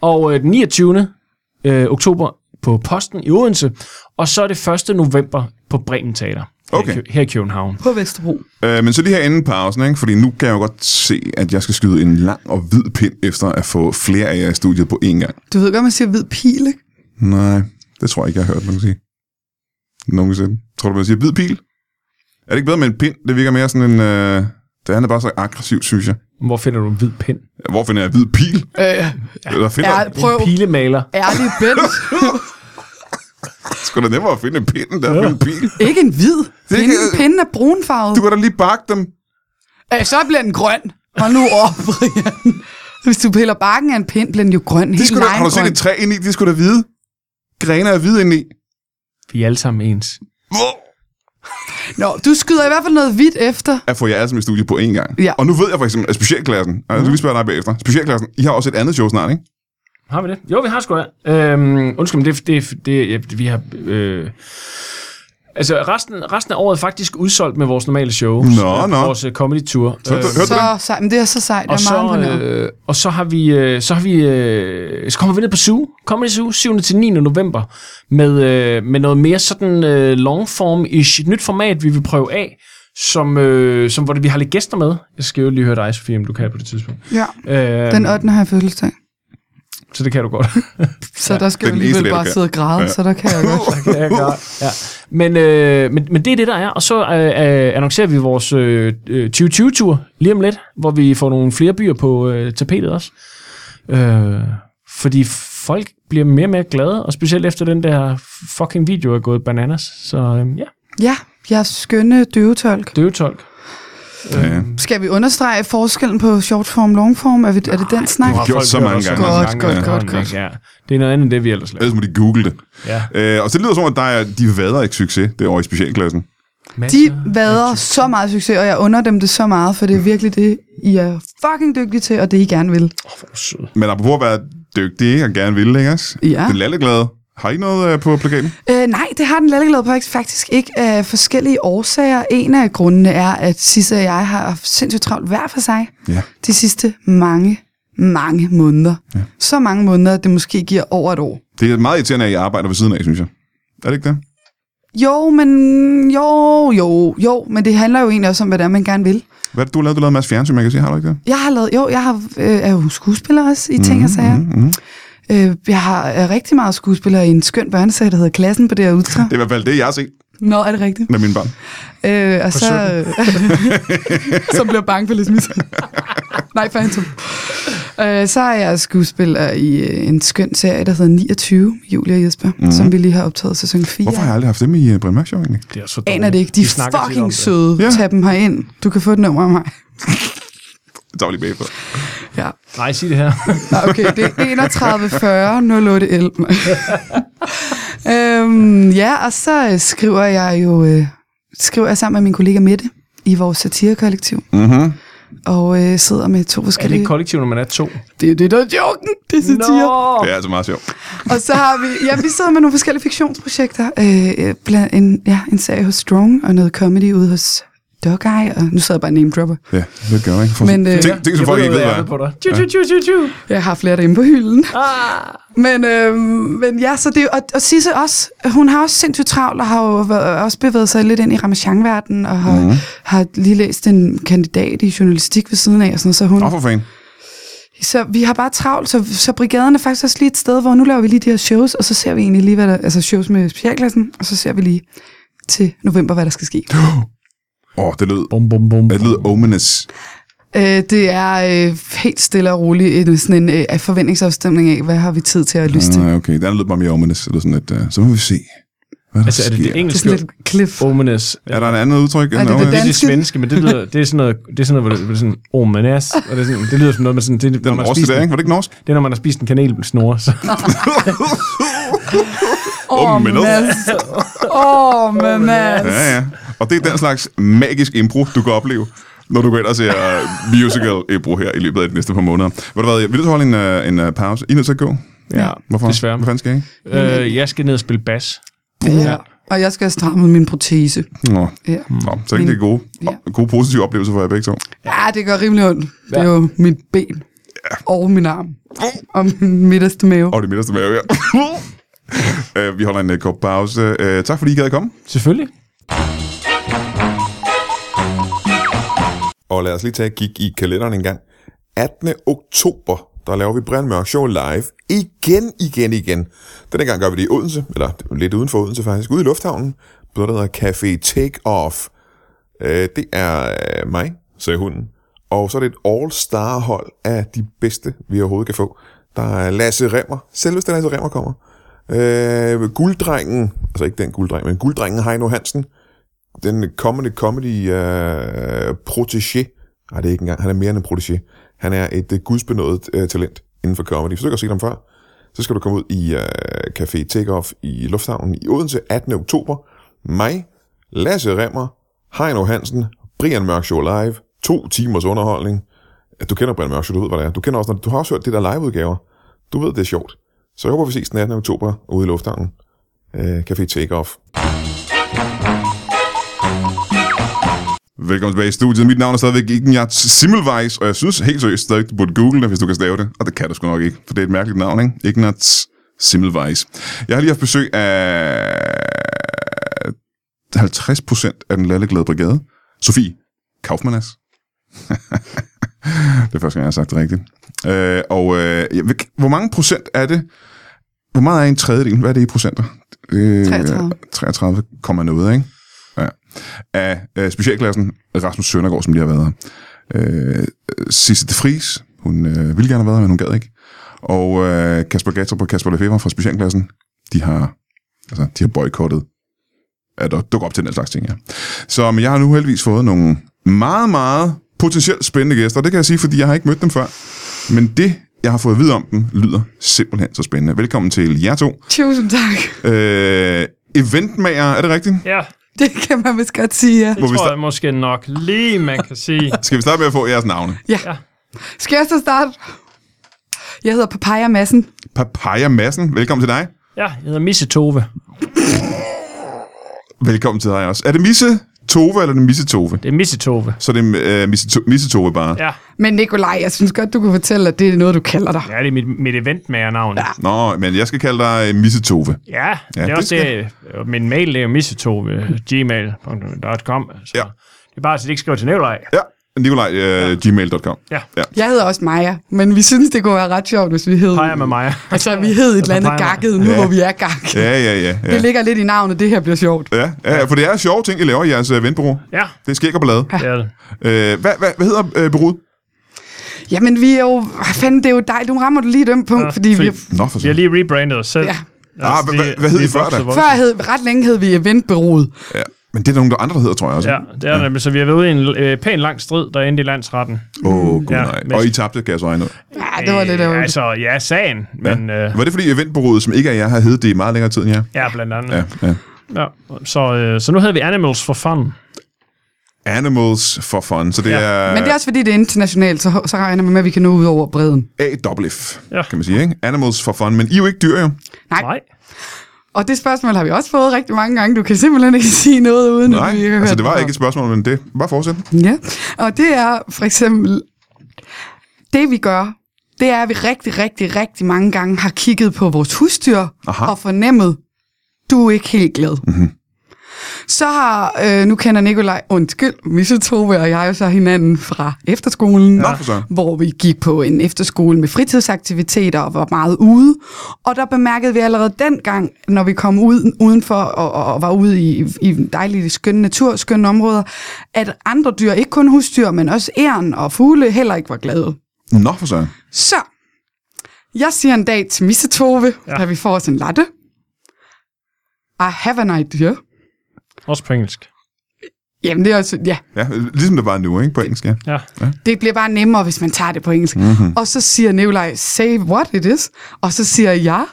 Og øh, den 29. Øh, oktober på Posten i Odense, og så er det 1. november på Bremen Teater her i
Okay.
Kø- her i København.
På Vesterbro.
Øh, men så lige her inden pausen, ikke? fordi nu kan jeg jo godt se, at jeg skal skyde en lang og hvid pind efter at få flere af jer i studiet på én gang.
Du ved godt, man siger hvid pil, ikke?
Nej, det tror jeg ikke, jeg har hørt nogen sige. Nogensinde. Tror du, man siger hvid pil? Er det ikke bedre med en pind? Det virker mere sådan en... Øh, det andet er bare så aggressivt, synes jeg.
Hvor finder du en hvid pind?
Hvor finder jeg hvid pil?
Øh,
Eller finder,
ja,
ja.
prøv.
En pilemaler.
Ærlig bent.
Skulle da nemmere at finde en pind, end der ja. en pil.
ikke en hvid.
Det
Pinden,
kan-
pinden er brunfarvet.
Du kan da lige bakke dem.
Øh, så bliver den grøn. Hold nu op, Brian. Hvis du piller bakken af en pind, bliver den jo grøn.
De
Helt
skulle da, har du set
legegrøn.
et træ ind i? De skulle da hvide. Grene er hvide ind i.
Vi er alle sammen ens.
Hvor?
Nå, du skyder i hvert fald noget hvidt efter.
At få jer alle sammen i studiet på én gang.
Ja. Mhm.
Og nu ved jeg for eksempel, at specialklassen, altså, vi spørger dig bagefter, specialklassen, I har også et andet show snart, ikke?
Har vi det? Jo, vi har sgu da. Øhm, undskyld, men det, det, det ja, vi har... Øh, altså, resten, resten af året er faktisk udsolgt med vores normale show.
Nå, nå.
Vores uh, comedy-tour.
Så, øh, hørte du
Så
det?
sej, men det er så sejt. Jeg
og,
er meget
så,
imponeret.
øh, og så har vi, øh, så, har vi øh, så kommer vi ned på Zoo, Comedy Zoo, 7. til 9. november, med, øh, med noget mere sådan øh, longform-ish, et nyt format, vi vil prøve af, som, øh, som hvor det, vi har lidt gæster med. Jeg skal jo lige høre dig, Sofie, om du kan på det tidspunkt.
Ja,
Øh,
den 8. har jeg fødselsdag.
så det kan du godt.
Så der skal
Det er
jeg
den eneste
alligevel
dag, du
bare
kan.
sidde og græde,
Ja.
så der kan jeg godt.
Ja, jeg gør. ja. Men, øh, men, men det er det, der er. Og så øh, øh, annoncerer vi vores øh, øh, 2020-tur lige om lidt, hvor vi får nogle flere byer på øh, tapetet også. Øh, fordi folk bliver mere og mere glade, og specielt efter den der fucking video er gået bananas. Så øh, ja,
Ja, jeg er skønne døvetolk.
døvetolk.
Ja.
Skal vi understrege forskellen på short form og long form? Er, vi, er det den snak?
har gjort så mange gange. Øh.
Godt, godt, godt, godt.
Ja. Det er noget andet end det, vi ellers laver.
Ellers må de google det.
Ja.
Øh, og så lyder det som, at der er, de vader ikke succes derovre i specialklassen.
Altså,
De vader så meget succes, og jeg under dem det så meget, for det er virkelig det, I er fucking dygtige til, og det I gerne vil.
Sød.
Men apropos at være dygtige ikke? og gerne ville, ikke også?
Ja.
Den lalleglade. Har I noget øh, på plakaten?
Øh, nej, det har den lalleglade projekt faktisk ikke af forskellige årsager. En af grundene er, at Sisse og jeg har haft sindssygt travlt hver for sig
Ja.
de sidste mange, mange måneder. Ja. Så mange måneder, at det måske giver over et år.
Det er meget irriterende, at I arbejder ved siden af, synes jeg. Er det ikke det?
Jo, men jo, jo, jo, men det handler jo egentlig også om, hvad det er, man gerne vil.
Hvad er det, du har lavet? Du lavede en masse fjernsyn, man kan sige. Har du ikke det?
Jeg har lavet, jo, jeg har, øh, er jo skuespiller også i ting og sager.
Mm-hmm.
Øh, jeg har er rigtig meget skuespiller i en skøn børneserie, der hedder Klassen på det her ultra.
Det er i hvert fald det, jeg har set
Nå, er det rigtigt?
med mine børn.
Øh, og så, så bliver jeg bange for lidt mis. Nej, Phantom. Øh, så er jeg skuespiller i øh, en skøn serie, der hedder 29, Julia og Jesper, mm-hmm. som vi lige har optaget sæson 4.
Hvorfor har jeg aldrig haft dem i uh, Brian Mørk Show egentlig?
Det er så dårligt.
Aner det ikke. De
Vi
er
snakker tit om
fucking
det.
søde.
Ja.
Ja. Tag dem herind. Du kan få et nummer af mig.
Det tager vi lige bagefter.
Ja.
Nej, sig det her.
Nå, okay, det er 31 40 08 11. øhm, ja, og så øh, skriver jeg jo øh, skriver jeg sammen med min kollega Mette i vores satirekollektiv,
Mm-hmm.
og øh, sidder med to
Er det
forskellige...
ikke kollektiv, når man er to?
det er det, der er joken, det er satire. No.
Det er altså meget sjovt.
Og så har vi... Ja, vi sidder med nogle forskellige fiktionsprojekter. Øh, øh, blandt en, ja, en serie hos Strong, og noget comedy ude hos Dogeye, og nu sidder jeg bare name dropper.
Ja, det gør jeg ikke. For
Men,
sådan-
øh,
ting, ting, som folk ikke ved, hvad er.
på dig. Tju, tju, tju, tju, tju.
Jeg har flere derinde på hylden.
Ah.
Men, øh, men ja, så det, og, og Sisse også, hun har også sindssygt travlt, og har jo været, også bevæget sig lidt ind i Ramachan-verdenen, og har, mm. har lige læst en kandidat i journalistik ved siden af, og sådan, noget, så hun...
Nå, for fanden.
Så vi har bare travlt, så, så brigaden er faktisk også lige et sted, hvor nu laver vi lige de her shows, og så ser vi egentlig lige, hvad der, altså shows med specialklassen, og så ser vi lige til november, hvad der skal ske.
Åh, oh, det lød,
Bum, bum, bum.
det lød ominous.
Øh, det er øh, helt stille og roligt en, sådan en øh, forventningsafstemning af, hvad har vi tid til at lyst til.
Nej, okay. Den er lidt bare mere ominous, eller sådan lidt. Uh, så må vi se, hvad der
Altså, er det
sker.
det
Det er
engelske?
sådan lidt cliff.
Omenes.
Er der en anden udtryk? end
det
ominous?
Det er det
Danske.
svenske, men det, lyder, det er sådan noget, det er sådan noget, hvor det, hvor det er sådan, oh, man ass, og det, er sådan, det lyder som noget, man sådan, det, er,
Den
når man
er
har
også det
spist
der,
en,
ikke? Var det ikke norsk?
det er, når man har spist en kanelsnore, så
Åh,
Åh, altså. men altså.
Mads. Åh, men altså. Mads.
Ja, ja. Og det er den slags magisk impro, du kan opleve, når du går ind og ser øh, musical impro her i løbet af de næste par måneder. Ved du hvad, jeg vil du holde en, øh, en øh, pause? I er nødt til at gå.
ja,
Hvorfor?
desværre.
Hvad fanden skal jeg ikke?
Øh, jeg skal ned og spille bas.
Ja. Og jeg skal have strammet min protese.
Nå.
Ja.
Nå, så ikke det er gode,
Ja.
gode positive oplevelser for jer begge to.
ja, det gør rimelig ondt. Det er jo mit ben. Og min arm. Og min midterste mave.
Og det midterste mave, ja. Øh, Vi holder en øh, kort pause. Øh, Tak fordi I gad at komme.
Selvfølgelig.
Og lad os lige tage et kig i kalenderen en gang. 18. oktober, der laver vi Brian Mørk Show live igen, igen, igen. Denne gang gør vi det i Odense, eller lidt uden for Odense faktisk, ude i lufthavnen, på noget, der hedder Café Take Off. Øh, det er øh, mig, sagde hunden. Og så er det et all-star hold af de bedste, vi overhovedet kan få. Der er Lasse Remmer, selveste Lasse Remmer kommer. Øh, gulddrengen, altså ikke den gulddreng, men gulddrengen Heino Hansen, den kommende comedy øh, protégé. Nej, det er ikke engang. Han er mere end en protégé. Han er et øh, gudsbenået øh, talent inden for comedy. Hvis du ikke har set ham før, så skal du komme ud i øh, Café Takeoff i Lufthavnen i Odense 18. oktober. Mig, Lasse Remmer, Heino Hansen, Brian Mørk Show Live. To timers underholdning. Du kender Brian Mørk Show, du ved, hvad det er. Du, kender også, når, du har også hørt det der liveudgaver. Du ved, det er sjovt. Så jeg håber, vi ses den 18. oktober ude i Lufthavnen. Øh, Café Takeoff. Velkommen tilbage i studiet. Mit navn er stadigvæk Ignat Simmelweis, og jeg synes helt seriøst stadig, du burde google det, hvis du kan stave det. Og det kan du sgu nok ikke, for det er et mærkeligt navn, ikke? Ignat Simmelweis. Jeg har lige haft besøg af 50% af den lalleglade brigade. Sofie Kaufmannas. det er første gang, jeg har sagt det rigtigt. Øh, og øh, jeg ved ikke, hvor mange procent er det? Hvor meget er en tredjedel? Hvad er det i procenter? Øh,
33.
33, komma noget, ikke? Ja. Af øh, specialklassen Rasmus Søndergaard, som lige har været her. Øh, Sisse de Fries, hun øh, ville gerne have været her, men hun gad ikke. Og øh, Kasper Gatter og Kasper Lefebvre fra specialklassen, de har, altså, de har boykottet at der dukker op til den slags ting, ja. Så men jeg har nu heldigvis fået nogle meget, meget potentielt spændende gæster, og det kan jeg sige, fordi jeg har ikke mødt dem før. Men det, jeg har fået at vide om dem, lyder simpelthen så spændende. Velkommen til jer to.
Tusind tak.
Øh, eventmager, er det rigtigt?
Ja,
Det kan man vist godt sige, ja.
det
Må vi
tror
sta-
jeg måske nok lige, man kan sige.
Skal vi starte med at få jeres navne?
Skal jeg så starte? Jeg hedder Papaya Madsen.
Papaya Madsen, velkommen til dig.
Ja, jeg hedder Misse Tove.
Velkommen til dig også. Er det Misse Tove, eller er det Misse Tove?
Det er Misse Tove.
Så er det øh, Misse, To- Misse Tove bare.
Ja,
Men Nikolaj, jeg synes godt, du kunne fortælle, at det er noget, du kalder dig.
ja det er mit, mit eventmager-navn. Ja.
Nå, men jeg skal kalde dig øh, Misse Tove.
ja, det er
det
også det. og Min mail det er jo missetove.gmail.com. Så
Ja.
Det er bare, at de ikke skriver til Nikolaj.
Ja, Nikolaj, øh, ja. gmail.com.
Ja.
ja.
Jeg hedder også Maja, men vi synes, det kunne være ret sjovt, hvis vi hed...
Peger med mig.
Altså, vi hed et eller andet
Papaya.
gakket, nu
Ja.
hvor vi er gak.
Ja, ja, ja. ja.
Det ligger lidt i navnet, det her bliver sjovt.
Ja, ja, ja, for det er sjove ting, I laver i jeres øh, eventbureau.
Ja,
Det er skæg og ballade. Ja.
det er det.
Øh, hvad, hvad, hvad hedder øh, bureauet?
Jamen, vi er jo... Hvad fanden, det er jo dig. Du rammer du lige et ømt punkt,
Ja,
fordi vi...
fordi-
Nå, for
Vi har
sådan.
lige rebrandet os selv. Altså,
Ja.
Ah, hvad- hvad- hvad hed I før da?
Før hed, ret længe hed vi eventbyrået.
Ja. Men det er der nogle der andre, der hedder, tror jeg også.
Ja, det er det. Så vi har været ude i en øh, pæn lang strid, der endte i landsretten.
Åh, oh, gud
Mm, Ja,
nej.
men-
Og I tabte, kan jeg så regne ud.
Ja, det var lidt
Øh,
af
Altså, ja, sagen. Men
Ja.
ja, øh,
Var det fordi eventbureauet, som ikke er jer, har heddet det i meget længere tid end jer?
ja blandt andet.
Ja, ja.
Ja, så, øh, så nu havde vi Animals for Fun.
Animals for fun. Så det
Ja.
er,
Men det er også fordi, det er internationalt, så, så regner man med, at vi kan nå ud over bredden.
A-double-F,
Ja.
kan man sige, ikke? Animals for fun. Men I er jo ikke dyr, jo.
Nej.
Nej.
Og det spørgsmål har vi også fået rigtig mange gange. Du kan simpelthen ikke sige noget uden
Nej,
at vi har
altså
hørt
det var
før.
ikke et spørgsmål, men det bare fortsæt.
Ja, og det er for eksempel, det vi gør, det er, at vi rigtig, rigtig, rigtig mange gange har kigget på vores husdyr
Aha. Mhm.
og fornemmet, du er ikke helt glad. Mm-hmm. Så har, øh, nu kender Nikolaj, undskyld, Misse Tove og jeg jo så hinanden fra efterskolen,
Nå, for søren.
hvor vi gik på en efterskole med fritidsaktiviteter og var meget ude. Og der bemærkede vi allerede dengang, når vi kom ud udenfor og, og, og var ude i, i dejlige, skønne natur, skønne områder, at andre dyr, ikke kun husdyr, men også æren og fugle, heller ikke var glade.
Nå, for søren.
Så, jeg siger en dag til Misse Tove, ja. da vi får os en latte. I have an idea.
Også på engelsk.
Jamen, det er også, ja,
Ja, ligesom det var nu, ikke? På engelsk, ja.
Ja.
det bliver bare nemmere, hvis man tager det på engelsk. Mm-hmm. Og så siger Nikolaj, say what it is. Og så siger jeg,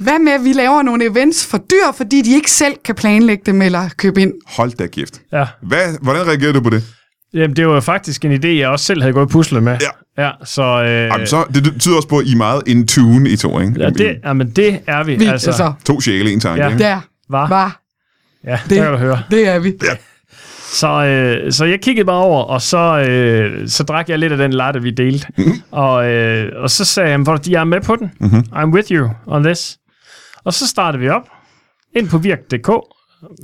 hvad med, at vi laver nogle events for dyr, fordi de ikke selv kan planlægge dem eller købe ind?
Hold da kæft.
ja.
Hvad, hvordan reagerede du på det?
Jamen, det var jo faktisk en idé, jeg også selv havde gået og puslet med.
Ja.
ja så, øh,
Jamen, så, det tyder også på, at I er meget in tune, I to, ikke?
ja, det, jamen, det er vi.
Vi, altså, altså,
To sjæle, en tanke,
Ja.
ikke?
der
var,
var,
ja, det,
det,
der kan du høre.
det er vi.
Så, øh, så jeg kiggede bare over, og så, øh, så drak jeg lidt af den latte, vi delte.
Mhm.
Mm-hmm. Og, øh, og så sagde jeg, at jeg er med på den. Mm-hmm. I'm with you on this. Og så startede vi op ind på virk.dk.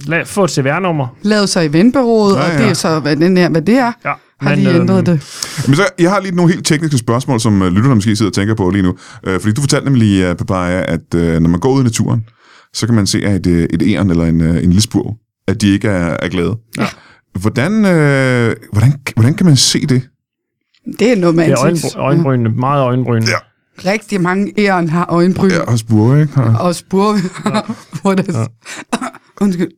Lad, få et CVR-nummer.
Lavet så eventbyrået, ja, øhm, ja. og
ja.
det er så, hvad, den her, hvad det er.
Ja, øhm,
Har lige ændret det.
Men så, jeg har lige nogle helt tekniske spørgsmål, som øh, lytterne måske sidder og tænker på lige nu. Øh, fordi du fortalte nemlig, øh, Papaya, at øh, når man går ud i naturen, så kan man se, at et, øh, et æren eller en, øh, en lille spurv, at de ikke er, er glade. Ja. Hvordan, øh, hvordan, hvordan kan man se det?
Det er noget med
Det er
ansigt.
øjenbry- øjenbrynene,
Mhm.
meget øjenbrynene.
Ja.
Rigtig mange æren har øjenbryn.
Ja, og spurve, ikke? Og,
og spurgte, hvor det ja. Undskyld.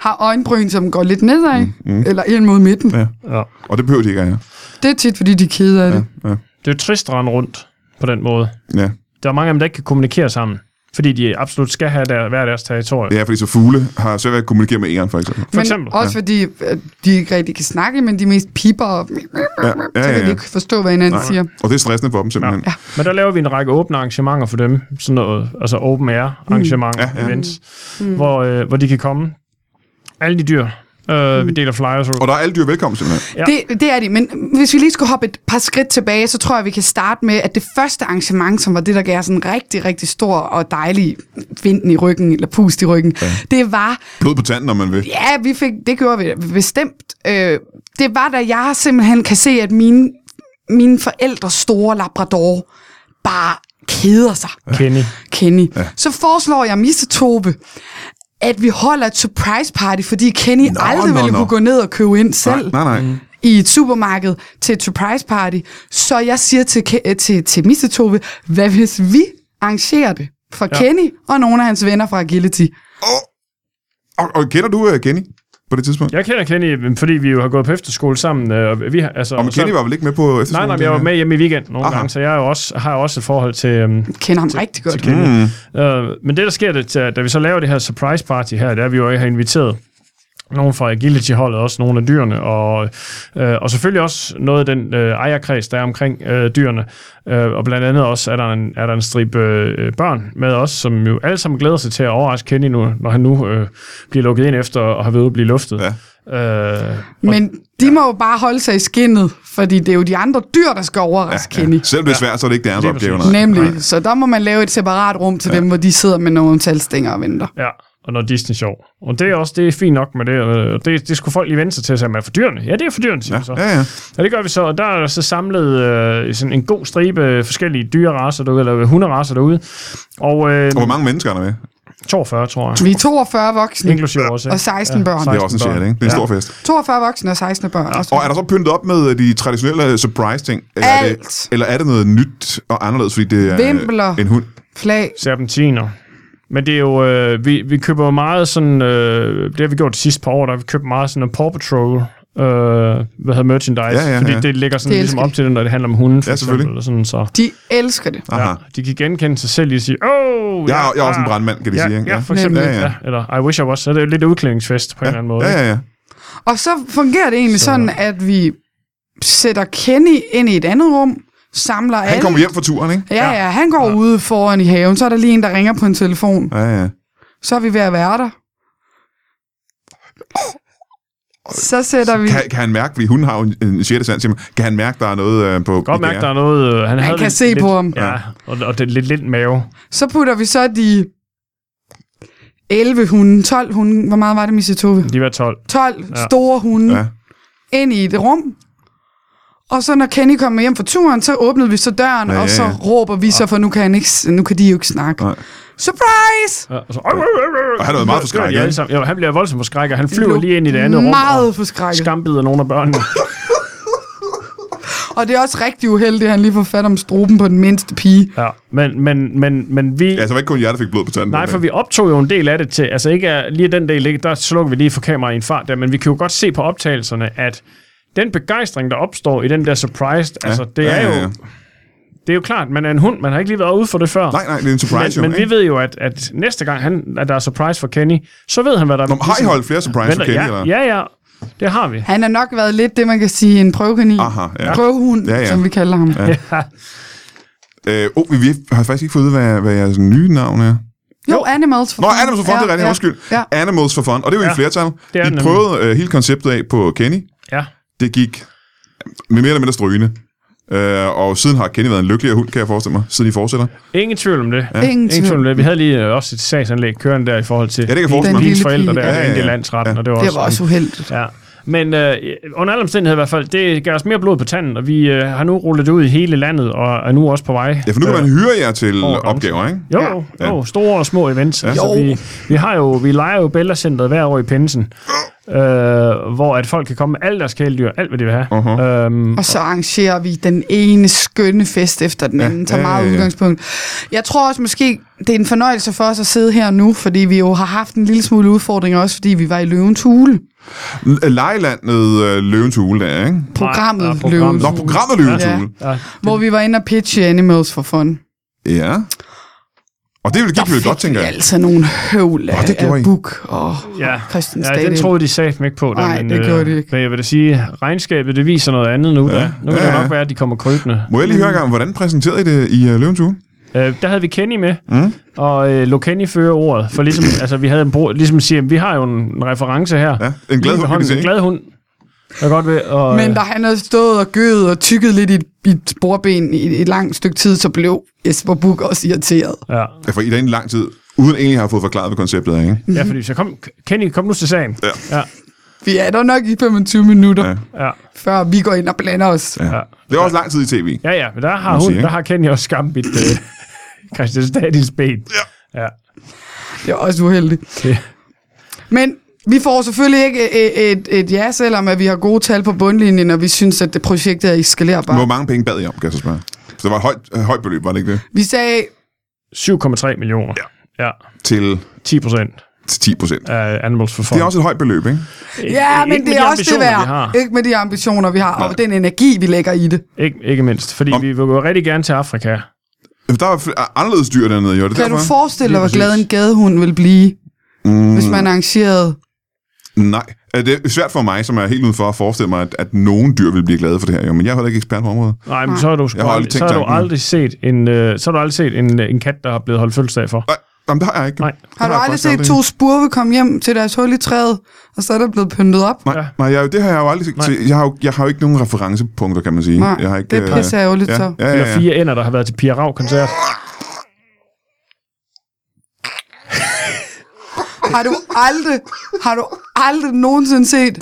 har øjenbryn, som går lidt nedad, mm. eller ind mod midten. Ja.
Ja.
Ja.
og det behøver de ikke at have.
Det er tit, fordi de er kede af det.
Ja.
Det er jo trist at rende rundt på den måde.
Ja.
Der er mange af dem, der ikke kan kommunikere sammen, fordi de absolut skal have der, hver deres territorie.
ja, fordi så fugle har svært ved at kommunikere med æren, for eksempel.
For eksempel.
men også fordi, at de ikke rigtig kan snakke, men de er mest piper, og
Ja, ja,
så
ja,
kan de
ja.
ikke forstå, hvad hinanden siger.
Og det er stressende for dem simpelthen. Ja.
Men der laver vi en række åbne arrangementer for dem, sådan noget, altså open air arrangementer,
Ja,
mm.
ja.
events, mm. Hvor, øh, hvor de kan komme. Alle de dyr, øh, vi deler flyers ud.
Og der er alle dyr velkommen simpelthen.
Ja.
Det, det er de, men hvis vi lige skulle hoppe et par skridt tilbage, så tror jeg, vi kan starte med, at det første arrangement, som var det, der gav sådan en rigtig, rigtig stor og dejlig vinden i ryggen, eller pust i ryggen, ja. det var
Blod på tanden, om man vil.
Ja, vi fik, det gjorde vi bestemt. Øh, det var da jeg simpelthen kan se, at mine, mine forældres store labrador bare keder sig,
Kenny.
Kenny. Ja. Så foreslår jeg Mr. Tobe, at vi holder et surprise party, fordi Kenny
Nå,
nå, aldrig
nå,
ville
nå.
kunne gå ned og købe ind selv
Nej, nej, nej. Mm.
i et supermarked til et surprise party. Så jeg siger til, Ke- øh, til, til Mr. Tobe, hvad hvis vi arrangerer det for ja. Kenny og nogle af hans venner fra Agility?
Og, og, og kender du uh, Kenny på det tidspunkt?
Jeg kender Kenny, fordi vi jo har gået på efterskole sammen. Øh, og vi har, altså,
Og men
og så-
Kenny var vel ikke med på
Nej,
efterskolen?
nej, men jeg var med hjemme i weekenden nogle
Aha.
Aha. gange, så jeg er jo også, har jo også et forhold til, øhm,
Kender ham rigtig godt.
til Kenny. Mm. Øh, men det, der sker, det, til- da vi så laver det her surprise party her, der er vi jo har inviteret nogen fra Agility-holdet, også nogle af dyrene, og, øh, og selvfølgelig også noget af den øh, ejerkreds, der er omkring øh, dyrene, øh, og blandt andet også er der en, er der en strip øh, børn med os, som jo alle sammen glæder sig til at overraske Kenny nu, når han nu øh, bliver lukket ind efter at have været ude at blive luftet.
Ja.
Øh,
Men de må jo bare holde sig i skinnet, fordi det er jo de andre dyr, der skal overraske ja, ja. Kenny.
Selvom det er svært, så er det ikke deres
Lige
opgave.
præcis.
Nej.
Nemlig. Så der må man lave et separat rum til ja. dem, hvor de sidder med nogle talstænger og venter.
Ja, og noget Disney sjov. Og det er også det er fint nok med det. og Det, det skulle folk lige vente sig til at sige, man for dyrene. Ja, det er for dyrene, siger
Ja,
ja, så.
ja, ja.
Og det gør vi så, og der er der så samlet øh, sådan en god stribe øh, forskellige dyreraser derude, eller hunderaser derude. Og øh,
Og hvor mange mennesker er der med?
42, tror jeg.
Vi er 42 voksne
Inklusive os. ikke?
og 16 ja. børn.
Det er også en sjæl, ikke? Det er en stor fest.
42 voksne og 16 børn. Altså, Ja.
Og er der så pyntet op med øh, de traditionelle surprise-ting? Eller, er det-
Alt.
eller er det noget nyt og anderledes, fordi det er øh,
Vimpler.
en hund?
Flag.
Serpentiner. Men det er jo, øh, vi, vi køber jo meget sådan, øh, det har vi gjort de sidste par år, der har vi købt meget sådan en Paw Patrol, øh, hvad hedder merchandise,
Ja, ja,
fordi
ja.
det ligger sådan
Det
det ligesom
elsker
op til det, når det handler om hunden, for
Ja, selvfølgelig.
eksempel, og sådan, så.
De elsker det.
Aha.
Ja, de kan genkende sig selv i at sige, åh!
Jeg er, jeg er også en
ah."
brandmand, kan de
ja,
sige. Ikke?
Ja, for eksempel.
Ja,
Ja,
ja.
ja. Ja, eller I wish I was. Så er det jo lidt udklædningsfest på en eller anden måde.
Ja,
ikke?
ja, ja.
Og så fungerer det egentlig så. sådan, at vi sætter Kenny ind i et andet rum, samler
Han
alle.
kommer hjem fra turen, ikke?
Ja, ja, han går ja. ude foran i haven, så er der lige en, der ringer på en telefon.
Ja, ja.
Så er vi ved at være der. Så sætter vi...
Kan, kan han mærke, fordi hun har jo en, en sjette sans, siger man, kan han mærke, der er noget øh, på...
Godt mærke, der er noget... Øh, han havde
kan
lidt,
se
lidt,
på ham.
Ja, og, og det, lidt lidt mave.
Så putter vi så de 11 hunde, 12 hunde, hvor meget var det, Misse Tove?
De var 12.
12 ja. store hunde
Ja.
ja. ind i et rum. Og så når Kenny kommer hjem fra turen, så åbnede vi så døren,
Ja,
ja,
ja,
og så
ja. Ah.
råber vi så, for nu kan, han ikke, s- nu kan de jo ikke snakke.
Nej.
Surprise!
Ja, og, så, og
han er jo meget forskrækket, ikke?
Ja, han bliver voldsomt forskrækket. Han flyver
blev
lige ind i det andet rum.
meget
og
forskrækket.
Skambider nogle af børnene.
Og det er også rigtig uheldigt, at han lige får fat om struben på den mindste pige.
Ja, men, men, men, men vi...
Ja, så var det ikke kun jer, der fik blod på tanden.
Nej, for vi optog jo en del af det til, altså ikke er- lige den del, ikke? der slukker vi lige for kameraet i en fart der, men vi kan jo godt se på optagelserne, at den begejstring, der opstår i den der surprise, ja. altså det er jo, det er jo klart, man er en hund, man har ikke lige været ude for det før.
Nej, nej, det er en surprise
men,
jo,
men vi
ikke?
ved jo, at, at næste gang, han, at der er surprise for Kenny, så ved han, hvad der
Nå, men har I holdt flere surprise for
Venter,
Kenny,
ja,
eller?
Ja, ja, det har vi.
Han har nok været lidt det, man kan sige, en prøvekanin.
Aha, ja.
Prøvehund,
Ja, ja.
som vi kalder ham. Ja.
Øh, oh, vi, vi har faktisk ikke fået ud, hvad, hvad jeres nye navn er.
Jo, Animals for
Nå,
Fun.
Animals for Fun, ja, det er rigtigt, ja, undskyld.
Ja.
Ja. Animals for Fun, og det er jo ja, i
Ja,
flertal.
det er
I
det nemlig.
prøvede øh, hele konceptet af på Kenny.
Ja.
Det gik med mere eller mindre strygende. Øh, og siden har Kenny været en lykkeligere hund, kan jeg forestille mig, siden I fortsætter.
Ingen tvivl om det. Ja.
Ingen
Ingen tvivl
tvivl.
om det. Vi havde lige øh, også et sagsanlæg kørende der i forhold til
Ja, det kan jeg forestille
Den
mig.
lille
hendes forældre
pige.
der,
Ja, ja,
ja, ja,
ja.
ja. landsretten,
Ja.
og det var
Det var også uheldigt.
Ja. Men øh, under alle omstændigheder i hvert fald, det gav os mere blod på tanden, og vi øh, har nu rullet det ud i hele landet, og er nu også på vej.
Ja, for nu kan man hyre jer til
over grænsen.
opgaver, ikke?
Jo, jo,
Ja.
jo, store og små events. Ja. Altså,
Jo.
vi, vi, har jo, vi leger jo Bella Centeret hver år i Pinsen, øh, hvor at folk kan komme med alle deres kæledyr, alt hvad de vil have.
Uh-huh.
Øhm,
Og så arrangerer vi den ene skønne fest efter den anden, tager
ja,
meget
ja, ja.
udgangspunkt. Jeg tror også måske, det er en fornøjelse for os at sidde her nu, fordi vi jo har haft en lille smule udfordringer også, fordi vi var i Løvens Hule.
Lejlandet øh, Løvens Hule, der, er, ikke?
Programmet
Nej,
ja,
ja, programmet.
Løvens
Nå,
Hule,
programmet Løvens
Ja.
Hule.
ja.
hvor vi var inde og pitche Animals for Fun.
Ja. Og det ville give det godt, tænker
Det er
jeg.
altså nogle høvl af,
det gjorde
af
I.
Buk og
Ja,
Christian
ja den
Stadel.
troede de sagde ikke på. Der,
Nej, det gjorde de ikke.
Men øh, jeg vil da sige, regnskabet det viser noget andet nu. Ja. Da. Nu kan
Ja,
ja, det
ja.
nok være, at de kommer krybende.
Må jeg lige høre engang, hvordan præsenterede I det i øh, Løvens Hule?
Øh, der havde vi Kenny med, mm. og øh, lå Kenny føre ordet. For ligesom, altså, vi havde en bro, ligesom siger, vi har jo en, en reference her.
Ja, en glad
Lige ved
hund, kan
hånden,
vi se,
En
ikke?
glad hund. Der er godt ved, og,
Men da han havde stået og gødet og tykket lidt i et, i et sporben i et, et langt stykke tid, så blev Jesper Buk også irriteret.
ja,
Ja, for I er derinde i lang tid, uden egentlig at have fået forklaret, hvad konceptet er, ikke?
ja, fordi så kom, Kenny, kom nu til sagen. Ja. Ja,
Vi er der nok i 25 minutter,
Ja.
ja.
ja,
før vi går ind og blander os.
Ja. Det er også lang tid i tv.
ja, ja men der har,
Må
hun,
sige,
der har Kenny også skambidt øh, Christian Stadis ben. Ja. ja.
Det er også uheldigt.
Ja.
Men vi får selvfølgelig ikke øh, et, et, et ja, selvom at vi har gode tal på bundlinjen, og vi synes, at det projektet er eskalerbart.
Hvor mange penge bad I om, kan jeg så spørge? Så det var et højt, øh, højt beløb, var det ikke det?
Vi sagde,
7,3 millioner. Ja. ja.
Til,
10 procent
til 10 procent.
af Animals for Fun.
Det er også et højt beløb, ikke?
ja, men
ikke med
det er
de
også det
ambitioner, vi
værd.
har.
Ikke med de ambitioner, vi har, og den energi, vi lægger i det.
Ikke, ikke mindst, fordi
Om-
Om. vi vil jo rigtig gerne til Afrika.
Der er fl- er anderledes dyr dernede, jo. Det er
Kan du
derfor?
forestille dig,
Lige
hvor glad
præcis.
en gadehund vil blive, mm. hvis man arrangerede
Nej. Øh, Det er svært for mig, som er helt uden for at forestille mig, at, at nogen dyr vil blive glade for det her. Jo, men jeg er heller ikke ekspert på området.
Nej, men så har du, sgu
Jeg har aldrig
aldrig, så
tænkt
har du
tanken.
aldrig set en, øh, så har du aldrig set en, øh, en kat, der er blevet holdt fødselsdag for.
Nej, jamen, det har jeg ikke.
Nej.
Det
Har du
jeg
aldrig
faktisk
set to spurve komme hjem til deres hul i træet, og så er der blevet pyntet op?
Nej,
Ja.
nej jeg, er jo- det har jeg jo aldrig set. til. Jeg har jo, jeg har jo ikke nogen referencepunkter, kan man sige.
Nej,
jeg har ikke,
det er
øh,
pisse ærgerligt
ja,
så.
Ja, ja,
Eller
ja.
fire ender, der har været til Pia Rav-koncert.
Har du aldrig, har du aldrig nogensinde set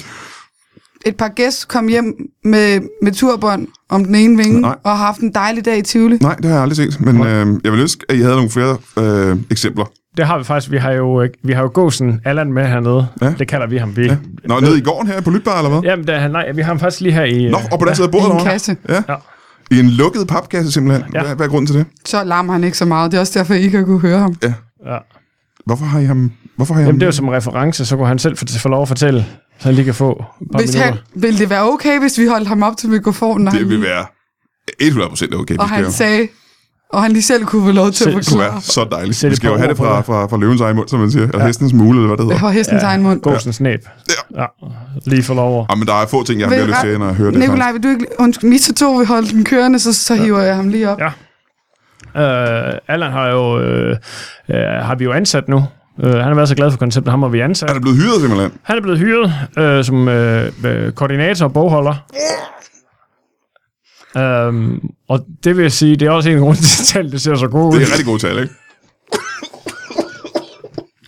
et par gæst komme hjem med, med turbånd om den ene vinge,
Nej.
og har haft en dejlig dag i Tivoli?
Nej, det har jeg aldrig set. Men øh, jeg vil ønske, at I havde nogle flere øh, eksempler.
Det har vi faktisk. Vi har jo, øh, vi har jo gåsen Allan med hernede.
Ja.
Ja. Det kalder vi ham. Vi,
Ja.
ja.
Nå, nede i gården her på Lytbar, eller hvad?
Jamen, der, han, nej, vi har ham faktisk lige her i... øh,
Nå, og på den side af bordet,
I en
eller hvad?
kasse.
Ja.
Ja.
I en lukket papkasse, simpelthen. Ja.
Ja.
Hvad, hvad er grunden til det?
Så larmer han ikke så meget. Det er også derfor, I ikke har kunne høre ham.
Ja.
Hvorfor har I ham... Hvorfor har I
Jamen, det er
ham?
jo som reference, så kunne han selv få, få lov at fortælle, så han lige kan få et par
Hvis han,
minutter.
ville det være okay, hvis vi holdt ham op til mikrofonen, når
det
han,
vil
lige-
være 100% okay. Vi
og
skal
han
jo-
sagde, og han lige selv kunne få lov til at
Selv-
Det kunne
forklare,
være så dejligt.
Sæt
Vi
et
skal
par
jo have
ord
det
på
fra,
det.
fra, fra løvens egen mund, som man siger. Eller hestens mule, eller hvad det
det
hedder.
var hestens egen mund.
Gåsen snæb.
Ja.
Ja. Lige for lov over.
Jamen, Ah, der er få ting, jeg har
Vil
mere lyst
ret-
til, når jeg hører det.
Nikolaj, vil du ikke... Undskyld, mit to vil holde den kørende, så, så hiver jeg ham lige op.
Ja. Øh, Allan har jo øh, øh, har vi jo ansat nu. Øh, han har været så glad for konceptet, ham har vi ansat.
Er der blevet hyret, simpelthen?
Han er blevet hyret øh, som øh, øh, koordinator og bogholder. Øhm, og det vil jeg sige, det er også en grund til, at tallet ser så godt
Det
ud.
er rigtig gode tal, ikke?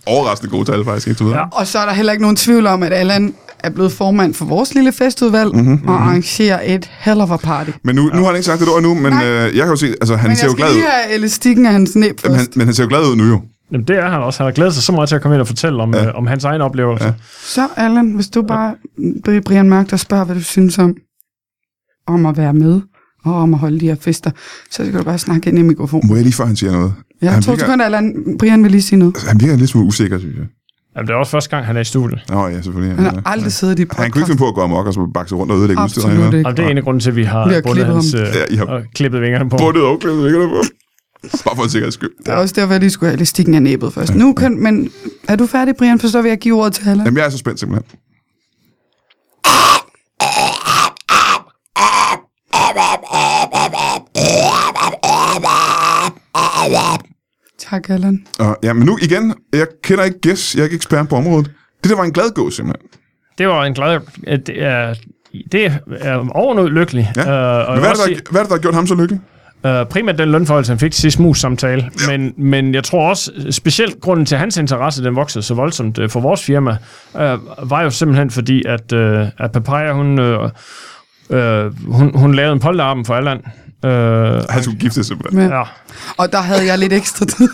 Overraskende gode tal, faktisk. Ikke, du ved.
Ja.
Og så er der heller ikke nogen tvivl om, at Allan er blevet formand for vores lille festudvalg mm-hmm, og arrangerer et hell of a party.
Men nu, nu har Mhm. han ikke sagt det ord nu, men
Nej.
øh, jeg kan jo se, altså han
Men
ser
jeg
jo
skal
glad ud.
lige have elastikken af hans næb
Jamen, han,
først.
men han ser jo glad ud nu jo.
Jamen, det er han også. Han har glædet sig så meget til at komme ind og fortælle om, ja. øh, om hans egen oplevelse. Ja.
Så Allan, hvis du bare bliver Brian Mørk, der spørger, hvad du synes om, om at være med og om at holde de her fester, så skal du bare snakke ind i mikrofonen.
Må jeg lige før, han siger noget?
Jeg
han,
tror
virker,
sekunder, eller Brian vil lige sige noget.
altså, han virker lidt smule usikker, synes jeg.
Jamen, det er også første gang, han er i studiet.
Nå ja, selvfølgelig.
Han har aldrig siddet i
han kunne ikke
podcast.
finde på at gå amok og så bakse rundt og ødelægge udstyret. eller
Absolut
noget.
ikke.
Jamen, det er en af grunden til, at vi har,
Vi har
bundet
klippet
hans,
ham.
øh,
Ja, I har
og klippet vingerne på.
bundet overklædet, ikke der på. Bare for en sikkerheds skyld.
Det er også derfor, jeg lige skulle have elastikken af næbet først. Nu kan, men er du færdig, Brian? Forstår vi, at jeg giver ordet til Halland?
Jamen, jeg er så spændt simpelthen.
Tak, Halland.
Og, ja, men nu igen, jeg kender ikke gæs, jeg er ikke ekspert på området. Det der var en glad gås, simpelthen.
Det var en glad... øh, Det er, det er overnoget lykkelig.
Ja.
Øh,
Men
og
hvad
jeg
er,
vil
det,
også
der,
sige,
hvad er det, der har gjort ham så lykkelig?
øh, primært den lønforholdelse, han fik til sidste mus-samtale. Ja. Men, men jeg tror også, øh, specielt grunden til at hans interesse, den voksede så voldsomt øh, for vores firma, øh, var jo simpelthen fordi, at, øh, at Papaya, hun, øh, øh, hun, hun lavede en polterarben for Allan. Øh,
Han skulle gifte simpelthen.
Ja.
ja.
Og der havde jeg lidt ekstra tid.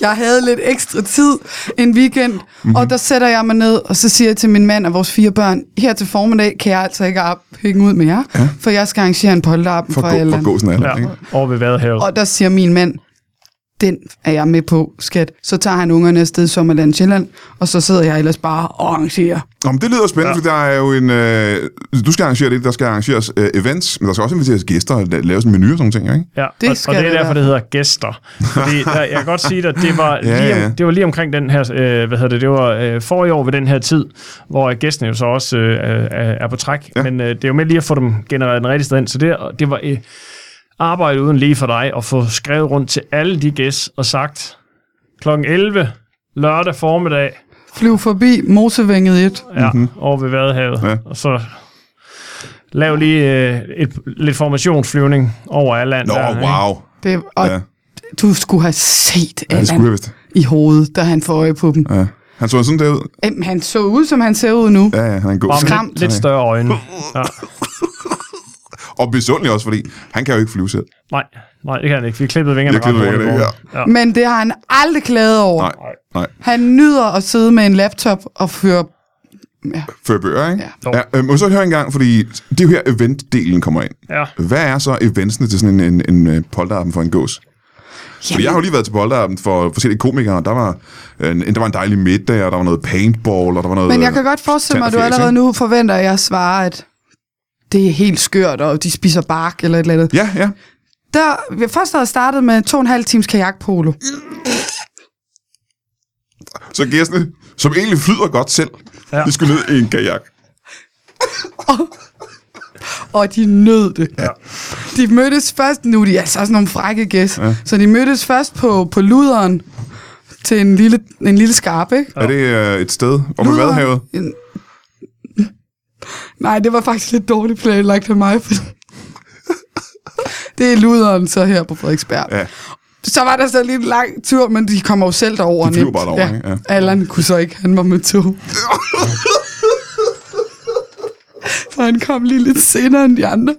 Jeg havde lidt ekstra tid en weekend,
Mhm.
mm-hmm. og der sætter jeg mig ned, og så siger jeg til min mand og vores fire børn, her til formiddag kan jeg altså ikke op- hænge ud med jer, ja. for jeg skal arrangere en polterappen
For,
for, for
gå, for
alle.
gåsen af. Ja.
Ja, over ved Vadehavet.
Og der siger min mand, den er jeg med på, skat. Så tager han ungerne afsted i Sommerland Sjælland, og så sidder jeg ellers bare og arrangerer.
Nå, men det lyder spændende, ja. for der er jo en... Øh, du skal arrangere det, der skal arrangeres øh, events, men der skal også inviteres gæster og la- laves en menu og sådan nogle ting, ikke?
Ja,
Det
det og,
skal
og det er
det være.
derfor, det hedder gæster. Fordi der, jeg kan godt sige dig, det var,
Ja,
lige,
ja.
om, det var lige omkring den her, øh, hvad hedder det, det var øh, forrige år ved den her tid, hvor gæsten jo så også øh, er, er på træk. Ja. Men øh, det er jo med lige at få dem genereret den rigtige sted hen, så det, og det var øh, arbejde uden lige for dig at få skrevet rundt til alle de gæst og sagt klokken 11 lørdag formiddag,
Flyv forbi Mosevænget 1.
ja, mm-hmm. over ved Vadehavet,
Ja.
ja. og så lav lige øh, et, lidt formationsflyvning over Alland.
Nå,
der, ikke?
wow.
Det, og
Ja.
ja. du skulle have set
Ja, det skulle
Allan
jeg vist.
i hovedet, da han får øje på dem.
Ja. Han så sådan der ud.
Jamen, han så ud, som han ser ud nu.
Ja, ja, han er en god.
Bare med
Skræmt.
lidt, lidt større øjne. Ja.
Og besundelig også, fordi han kan jo ikke flyve selv.
Nej, nej, det kan han ikke. Vi klippede vingerne
Jeg klippede
ret hurtigt
vingerne,
på ham.
Men det har han aldrig klaget over.
Nej, nej.
Han nyder at sidde med en laptop og føre... Ja,
Før bøger, ikke?
Ja.
Jo.
ja øh, må jeg så høre en gang, fordi det er jo her, eventdelen kommer ind.
Ja, ja.
Hvad er så eventsene til sådan en, en, en øh, polterappen for en gås? Fordi jeg har jo lige været til polterappen for forskellige komikere, og der var, øh, en- der var en dejlig middag, og der var noget paintball, og der var noget...
Men jeg kan godt forestille mig, at du
Tand og fjæs,
allerede nu forventer, at jeg svarer, at det er helt skørt, og de spiser bark eller et eller andet.
Ja, ja.
Der, vi først havde jeg startet med to og en halv times kajakpolo.
Så gæstene, som egentlig flyder godt selv, ja.
Ja.
de skulle ned i en kajak.
og de nød det. Ja. De mødtes først, nu er de altså også nogle frække gæs, ja. så de mødtes først på, på luderen til en lille, en lille skarp, ikke?
Ja. Er det øh, et sted oppe ved
Luderen.
Vadehavet?
En- Nej, det var faktisk lidt dårligt planlagt af mig. For... det er luderen så her på Frederiksberg.
Ja.
Så var der så lige en lang tur, men de kommer jo selv derover.
De flyver
nemt.
bare derover, ikke? Ja.
Allan kunne så ikke, han var med tog. så han kom lige lidt senere end de andre.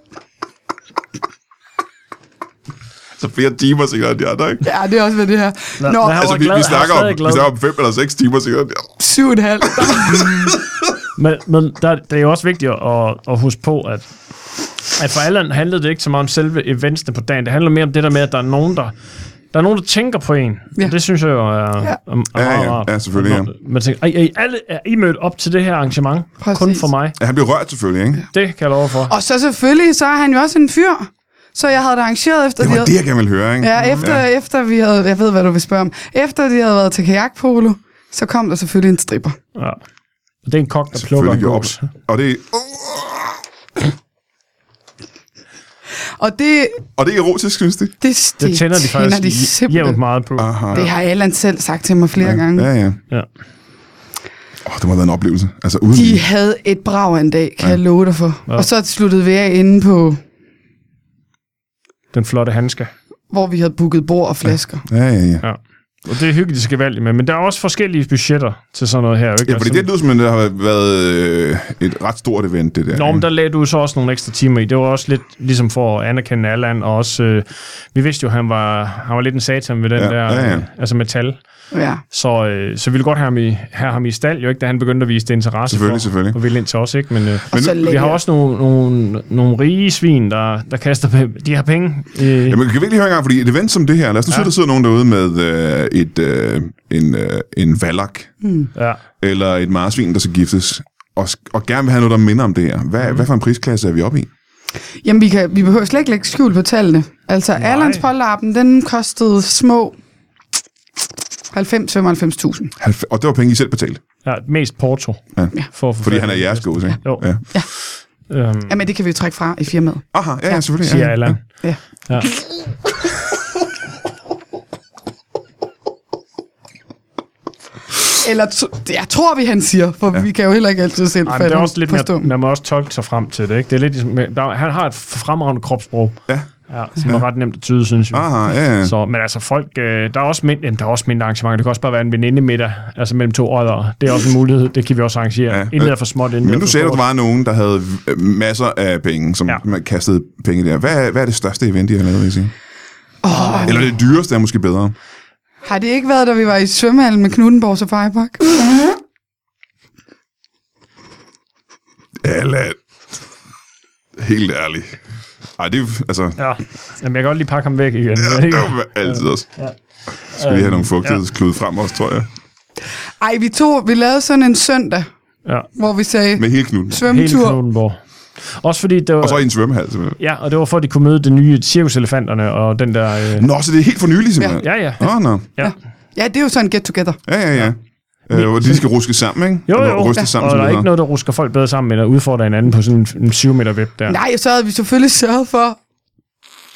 Så flere timer sikkert end de andre, ikke?
Ja, det er også ved det her. Nå,
Nå,
Nå
hvad har-
Altså, vi,
glad.
vi,
Han var
snakker om,
stadig glad.
vi snakker om fem eller seks timer sikkert. end de andre.
syv og et halvt.
Men, men der, det er jo også vigtigt at, at huske på, at, at for Allan handlede det ikke så meget om selve eventsene på dagen. Det handler mere om det der med, at der er nogen, der, der, er nogen, der tænker på en.
Ja.
Ja. Det synes jeg jo er, ja. er, er meget
Ja, ja.
rart.
Ja, selvfølgelig, ja.
Når Man tænker, er, er, I alle, er I mødt op til det her arrangement?
Præcis.
Præcis. Kun for mig?
Ja, han bliver rørt selvfølgelig, ikke?
Det kan jeg love for.
Og så selvfølgelig, så er han jo også en fyr. Så jeg havde det arrangeret efter...
Det
de
var
havde-
det, jeg gerne ville høre, ikke?
Mm,
Ja, efter, ja. efter vi havde... Jeg ved, hvad du vil spørge om. Efter de havde været til kajakpolo, så kom der selvfølgelig en stripper.
Ja. Og det er en kok, der plukker
Selvfølgelig
en
gjorde op.
gås.
Og det,
Og det,
og det er erotisk, synes de.
det, det,
Det tænder de faktisk
de
de
simpelthen.
jævnt meget på.
Aha.
Det har Allan selv sagt til mig flere ja. gange.
Ja, ja.
Ja.
Åh, det må have været en oplevelse. Altså, uden
De havde et brag af en dag, kan ja. jeg love dig for. Ja. Og så sluttede vi af inde på,
Den flotte handske.
hvor vi havde booket bord og flasker.
Ja, ja, ja.
Ja. Og det er hyggeligt, det skal valg med. Men der er også forskellige budgetter til sådan noget her. Ikke?
Ja, fordi
Altså,
det lyder som, at det har været øh, et ret stort event, det der.
Nå,
ikke?
men der lagde du så også nogle ekstra timer i. Det var også lidt ligesom for at anerkende Allan, og også, øh, vi vidste jo, han var, han var lidt en satan ved den
Ja,
der,
ja, ja.
øh, altså metal.
Ja.
Så, øh, så vi ville godt have ham, i, have ham i stald, jo ikke, da han begyndte at vise det interesse
Selvfølgelig,
for,
selvfølgelig.
og ville ind til os. Ikke? Men, øh,
Og så
vi
lægger
har også nogle, nogle, nogle rige svin, der, der kaster med de her penge. Øh,
Jamen, kan vi ikke lige høre en gang, fordi et event som det her, lad os nu ja. sige, der sidder nogen derude med øh, et, øh, en, øh, en valak,
ja.
eller et marsvin, der skal giftes, og, sk- og gerne vil have noget, der minder om det her. Hvad, mm. hvad for en prisklasse er vi oppe i?
Jamen, vi, kan, vi behøver slet ikke lægge skjul på tallene. Altså, Allans polterappen, den kostede små 90-95.000.
90, og det var penge, I selv betalte,
ja, mest Porto.
Ja.
For at få
fordi
fat
han er
i
jeres
næsten.
gås, ikke?
Jo.
Ja.
Øhm,
Jamen, det kan vi jo trække fra i firmaet.
Aha, ja, ja, selvfølgelig.
siger
ja.
Allan.
Ja.
Ja.
Eller t- jeg tror, vi han siger, for ja. vi kan jo heller ikke altid selv
Ej, men
falde
det er også lidt
på
mere,
stummen.
man må også tolke sig frem til det. Ikke? Det er lidt ligesom, der, han har et fremragende kropssprog,
Ja.
ja, som er ret nemt at tyde, synes jeg.
Aha, ja, ja.
Så, men altså folk, øh, der, er også mindre, jamen, der er også mindre arrangementer. Det kan også bare være en venindemiddag, altså mellem to ådder. Det er også en mulighed, det kan vi også arrangere.
Ja.
Ja. Intet er for småt, intet
Men du
er for
sagde, at
stort.
der var nogen, der havde øh, masser af penge, som ja.
Ja.
man kastede penge der. Hvad, er- hvad er det største event, I har lavet, vil I sige?
Åh,
Eller det dyreste er måske bedre.
har det ikke været, da vi var i svømmehallen med Knuttenborg Safari Park?
Eller... Helt ærligt. Ej, det er altså...
Ja, Jamen, jeg kan godt lige pakke ham væk igen.
Ja,
Ja,
det var altid også. Skal lige have nogle fugtighedsklud frem også, tror jeg.
Ej, vi tog, vi lavede sådan en søndag,
ja.
hvor vi sagde
Med hele knuden.
Hele
svømmetur.
Knuthenborg. Også fordi, det var,
Og så i en svømmehal, simpelthen.
ja, og det var for, at de kunne møde det nye cirkuselefanterne og den der... Øh,
Nå, så det er helt for nylig, simpelthen?
ja, ja.
Åh, nå.
ja.
Ja, det er jo sådan en get-together.
Ja, ja, ja. Øh, hvor de skal ruske sammen, ikke?
Jo,
Og
jo.
ryste sammen,
og
som
der er
det
ikke
hedder.
noget, der rusker folk bedre sammen, end at udfordre hinanden på sådan en, en 7 meter web der.
Nej, så havde vi selvfølgelig sørget for,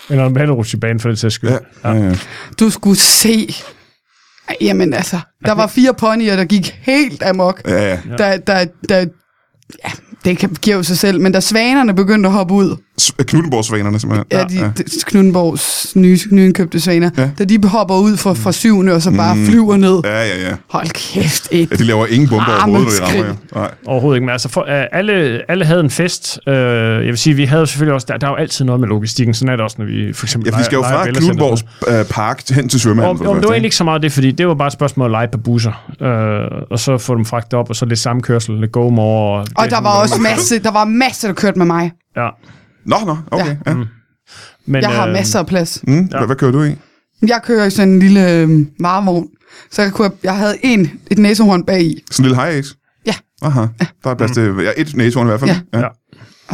Eller en vandrutsjebane for det sags skyld.
Ja, ja, ja.
du skulle se. Ej, Jamen altså, der var fire ponyer, der gik helt amok.
ja, ja.
Der, der, der, ja, det kan- giver jo sig selv, men da svanerne begyndte at hoppe ud,
S- Knuttenborgsvanerne, simpelthen.
ja, de, de, Knuddenborgs nye, nyindkøbte svaner,
Ja.
ja. da de hopper ud fra, fra syvende og så bare mm. flyver ned. Ja.
Ja, ja, ja.
Hold kæft, et
Ja, de laver ingen bomber
Ah,
overhovedet, når
men
de rammer jer. Nej.
Overhovedet ikke, men altså for, øh, alle, alle havde en fest. Øh, jeg vil sige, vi havde selvfølgelig også, der, der er jo altid noget med logistikken, sådan er det også, når vi for eksempel
Ja, for de skal jo
leger-
fra
leger bæltecenter.
Knutborgs øh, Park hen til svømmehallen. for
Om, om, det var
første,
egentlig ikke så meget det, fordi det var bare et spørgsmål at lege på busser, øh, og så få dem fragtet op, og så lidt samkørsel, lidt go more. Og,
Og der var også masse, der var masse, der kørte med mig.
Ja,
ikke? Nå, nå, okay. Ja.
men,
Jeg har
øh,
masser af plads.
Mm, Hvad, hvad kører du i?
Jeg kører i sådan en lille øh, varevogn, så jeg, kunne, jeg havde en, et næsehorn bagi,
Sådan en lille high ace?
Ja.
Aha, der er plads til ja, et næsehorn i hvert fald.
Ja.
ja.
Mm. Ja.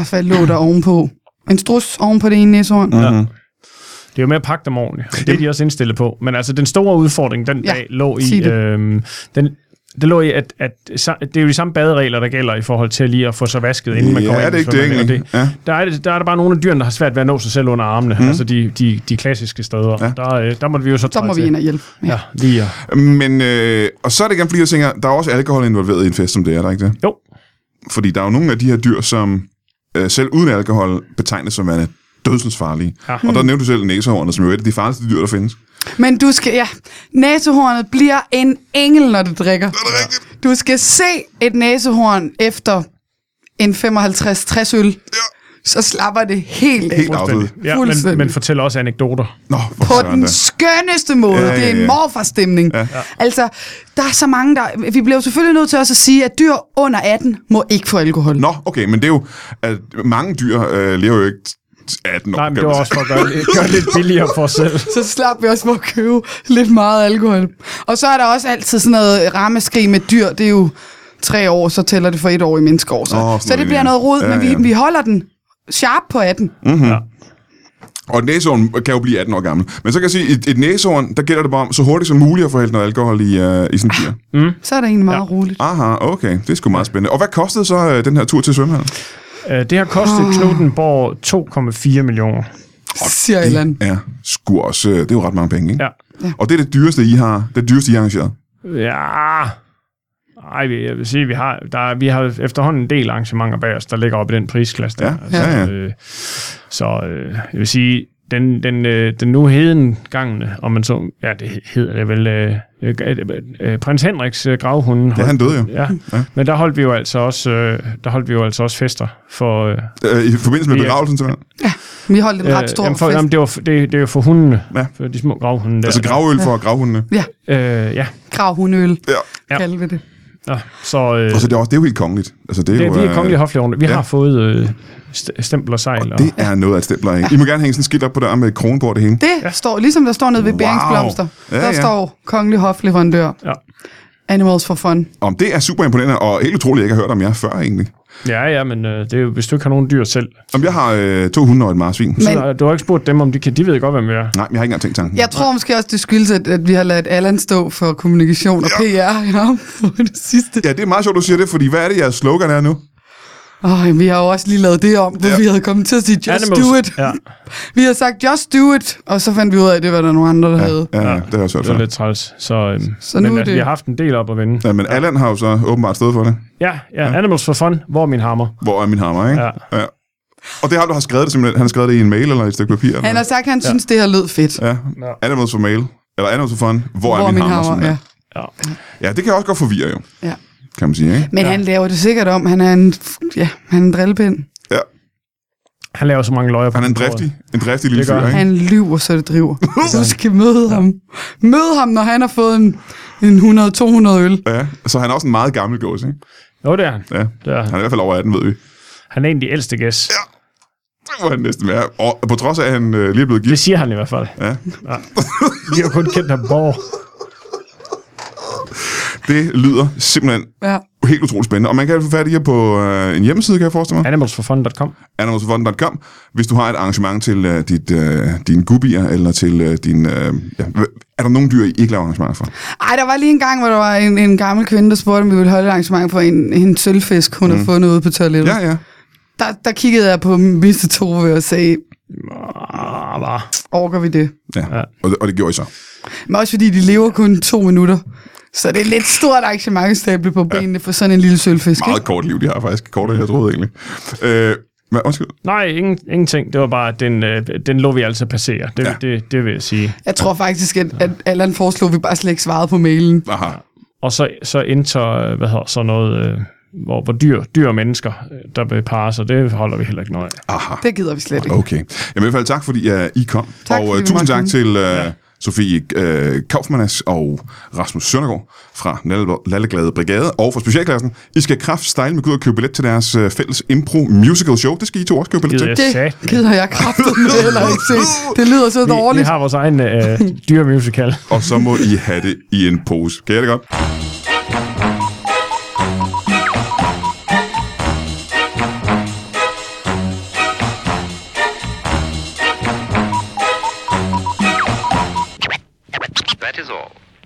og så lå der ovenpå. En strus ovenpå det ene næsehorn. Ja.
Mm-hmm.
Det er jo med at pakke dem ordentligt. og Det er de også indstillet på. Men altså, den store udfordring den
Ja,
dag lå
sig
i...
det.
Øhm, den, det lå i, at, at sa- det er jo de samme baderegler, der gælder i forhold til lige at få sig vasket, inden man
Ja,
kommer
er
ind
det
i
ikke det
svømmehallen,
egentlig? Mhm.
og det- Der, er, det- der er der bare nogle af dyrene, der har svært ved at nå sig selv under armene. Mm. Altså de, de, de klassiske steder.
Ja.
Ja. Der, øh, der måtte vi jo så
Så
træde
må vi
til.
ind og hjælpe. Ja.
Ja, lige at,
Men, øh, og så er det igen, fordi jeg tænker, der er også alkohol involveret i en fest som det er, er der ikke det?
Jo.
Fordi der er jo nogle af de her dyr, som øh, selv uden alkohol betegnes som værende dødsensfarlige.
Ja. Hmm.
Og der nævnte du selv næsehornet, som jo er et af de farligste dyr, der findes.
Men du skal, ja, næsehornet bliver en engel, når det drikker.
Er det rigtigt?
Du skal se et næsehorn efter en 55-60 øl. Så slapper det helt af.
Helt afdøde.
ja, men,
Fuldstændig.
men fortæl også anekdoter.
Nå, hvor
på
søren
den
da.
skønneste måde.
Ja,
Ja,
ja,
ja, ja. Det er
ja.
en morfarstemning. Ja. Altså, der er så mange, der... Vi bliver jo selvfølgelig nødt til også at sige, at dyr under 18 må ikke få alkohol.
Nå, okay, men det er jo, at mange dyr øh, lever jo ikke t- 18 år.
Nej, men
kan
det var
man
også for at gøre, det- gøre det lidt billigere for os selv.
Så slap vi også for at købe lidt meget alkohol. Og så er der også altid sådan noget rammeskrig med dyr. Det er jo tre år, så tæller det for et år i menneskeår. Så,
Åh, sådan
oh, så
noget,
det bliver
ja.
noget rod,
Ja,
ja, men vi,
ja. Mm.
vi holder den sharp på 18.
Mhm. Og et næsehorn kan jo blive 18 år gammel. Men så kan jeg sige, et, et næsehorn, der gælder det bare om så hurtigt som muligt at få hældt noget alkohol i, uh, i sådan en dyr.
Så er det egentlig meget ja. roligt.
Ah.
Aha, okay. Det er sgu meget spændende. Og hvad kostede så uh, den her tur til svømmehallen?
Øh, det har kostet
Ah.
Knuttenborg 2,4 millioner.
Siger Ellen.
Ja, sgu også. øh, Det er jo ret mange penge, ikke?
Ja.
Og det er det dyreste, I har, det dyreste, I har arrangeret.
Ja. Ej, vi- jeg vil sige, vi har, der, er- vi har efterhånden en del arrangementer bag os, der ligger oppe i den prisklasse. Der.
Ja, ja, ja.
Øh, så øh, jeg vil sige, den, den, øh, den nu heden gangne, om man så, ja, det hedder det vel, øh, øh, øh, prins Henriks øh, gravhunde.
Ja,
holdt-
han døde jo.
Ja. ja. Men der holdt vi jo altså også, øh, der holdt vi jo altså også fester for, øh,
Øh, I forbindelse med
Ja.
begravelsen, simpelthen.
Vi holdt en ret stor
jamen,
øh,
for,
fest.
jamen, det, var, f- det, det er jo for hundene.
Ja.
Ja. For de små gravhunde der.
Altså gravøl for gravhundene.
øh, ja.
Gravhundøl,
Ja.
ja.
Ja.
kalder vi det.
Nå, så øh,
Og så det er, også, det er jo helt kongeligt. Altså, det er jo,
det, vi er
øh,
kongelige hofleverandør. Vi
ja.
ja. har fået øh, st- stempel og sejl. Og
Det er noget af et stempler, ikke? I må gerne hænge sådan en skilt op på døren med kronen på og det hele.
Det ja. står, ligesom der står nede ved
Wow.
Beringsblomster,
Ja,
der
ja.
står Kongelig Hofleverandør,
Ja.
Animals for Fun.
Om det er super imponerende, og helt utroligt, jeg ikke har hørt om jer før, egentlig.
Ja, ja, men øh, det er jo, hvis du ikke har nogen dyr selv.
Om jeg har øh, to hunde og et marsvin.
Men-
Men...
Så, øh, du har ikke spurgt dem, om de kan. De ved godt, hvem vi er.
Nej, men jeg har ikke engang tænkt tanken.
Jeg tror måske også, det skyldes, at, at vi har ladt Allan stå for kommunikation og
Ja.
PR you know, på det sidste.
Ja, det er meget sjovt, du siger det, fordi hvad er det, jeres slogan er nu?
Åh, jamen, vi har jo også lige lavet det om, hvor
Ja.
vi havde kommet til at sige, just do it.
Ja,
Vi har sagt, just do it, og så fandt vi ud af, at det var der nogle andre, der ja. havde.
Ja, ja.
Ja.
det har jeg også hørt
det
før.
er lidt træls. Så, øhm,
Så
men,
nu er
altså,
det-
vi har haft en del op at vende.
Ja, men Allan har jo så åbenbart stået for det.
Ja, ja, ja. Animals for Fun. Hvor er min hammer?
Hvor er min hammer, ikke?
Ja.
ja. Og det har du har skrevet det simpelthen. Han har skrevet det i en mail eller et stykke papir.
Han
eller?
har sagt, at han synes, det her lød fedt.
Ja.
Ja.
Animals for mail. Eller Animals for fun. Hvor, Hvor er min, hammer?
ja.
simpelthen?
Ja.
ja. det kan også godt forvirre jo,
Ja.
kan man sige, ikke?
Men ja. han laver det sikkert om. Han er en, ja, han er en drillepind.
Ja.
Han laver så mange løjer på
Han er en
kontoret.
driftig, en driftig lille
Det gør
fyr, ikke?
Han lyver, så det driver. Du skal møde ham. Mød ham, når han har fået en, en 100-200 øl.
Ja, så han er også en meget gammel gås, ikke?
Jo, det er han.
Ja.
Det er
Han
han.
er i hvert fald over 18, ved vi.
han er en af de ældste gæst. Ja.
Det må han næsten være. Og på trods af, at han øh, lige er blevet
Det
gift.
siger han i hvert fald.
Ja.
Vi har kun kendt ham borg.
Det lyder simpelthen
Ja.
helt utroligt spændende. Og man kan få fat i jer på øh, en hjemmeside, kan jeg forestille mig.
Animalsforfun.com.
animalsforfun.com, hvis du har et arrangement til øh, dit, øh, dine gubier, eller til øh, din... Øh, ja. hva- Er der nogle dyr, I ikke laver arrangementer for?
Ej, der var lige en gang, hvor der var en, en gammel kvinde, der spurgte, om vi ville holde et arrangement for en, en sølvfisk, hun mm. havde fundet ude på toilettet.
Ja, ja.
Der, der kiggede jeg på Mr. Tove og sagde,
Ah, hva?
orker vi det?
ja. ja.
Ja.
Og, det- og det gjorde I så.
Men også fordi de lever kun to minutter. Så det er et lidt stort arrangement at stable på benene for sådan en lille sølvfisk.
Meget kort liv, de har faktisk. Kortere, end jeg troede egentlig. Øh, men, undskyld.
Nej, ingen, ingenting. Det var bare, at den, øh, den lå vi altså passere. Det,
Ja.
ja. det, det vil jeg sige.
Jeg tror faktisk, at, at Allan foreslog, at vi bare slet ikke svarede på mailen.
Aha.
Og så, så enter, øh, hvad hedder så noget, øh, hvor, hvor dyr, dyr og mennesker, øh, der vil parre sig, det holder vi heller ikke noget af.
Aha.
Det gider vi slet ikke.
Okay. Jamen, i hvert fald tak, fordi uh, I kom.
Tak,
og
fordi vi
tusind
måtte
tak
komme.
til uh, ja. Sofie uh, Kaufmannas og Rasmus Søndergaard fra Lalle- Lalleglade Brigade og fra Specialklassen. I skal kraft style med Gud og købe billet til deres uh, fælles impro musical show. Det skal I to også købe billet
Gider
til.
jeg
Det
sat.
gider jeg kraftigt med heller ikke se. Det lyder så
Vi, vi
dårligt.
har vores egen øh, dyr musical.
Og så må I have det i en pose. Kan I have det godt?
That is all.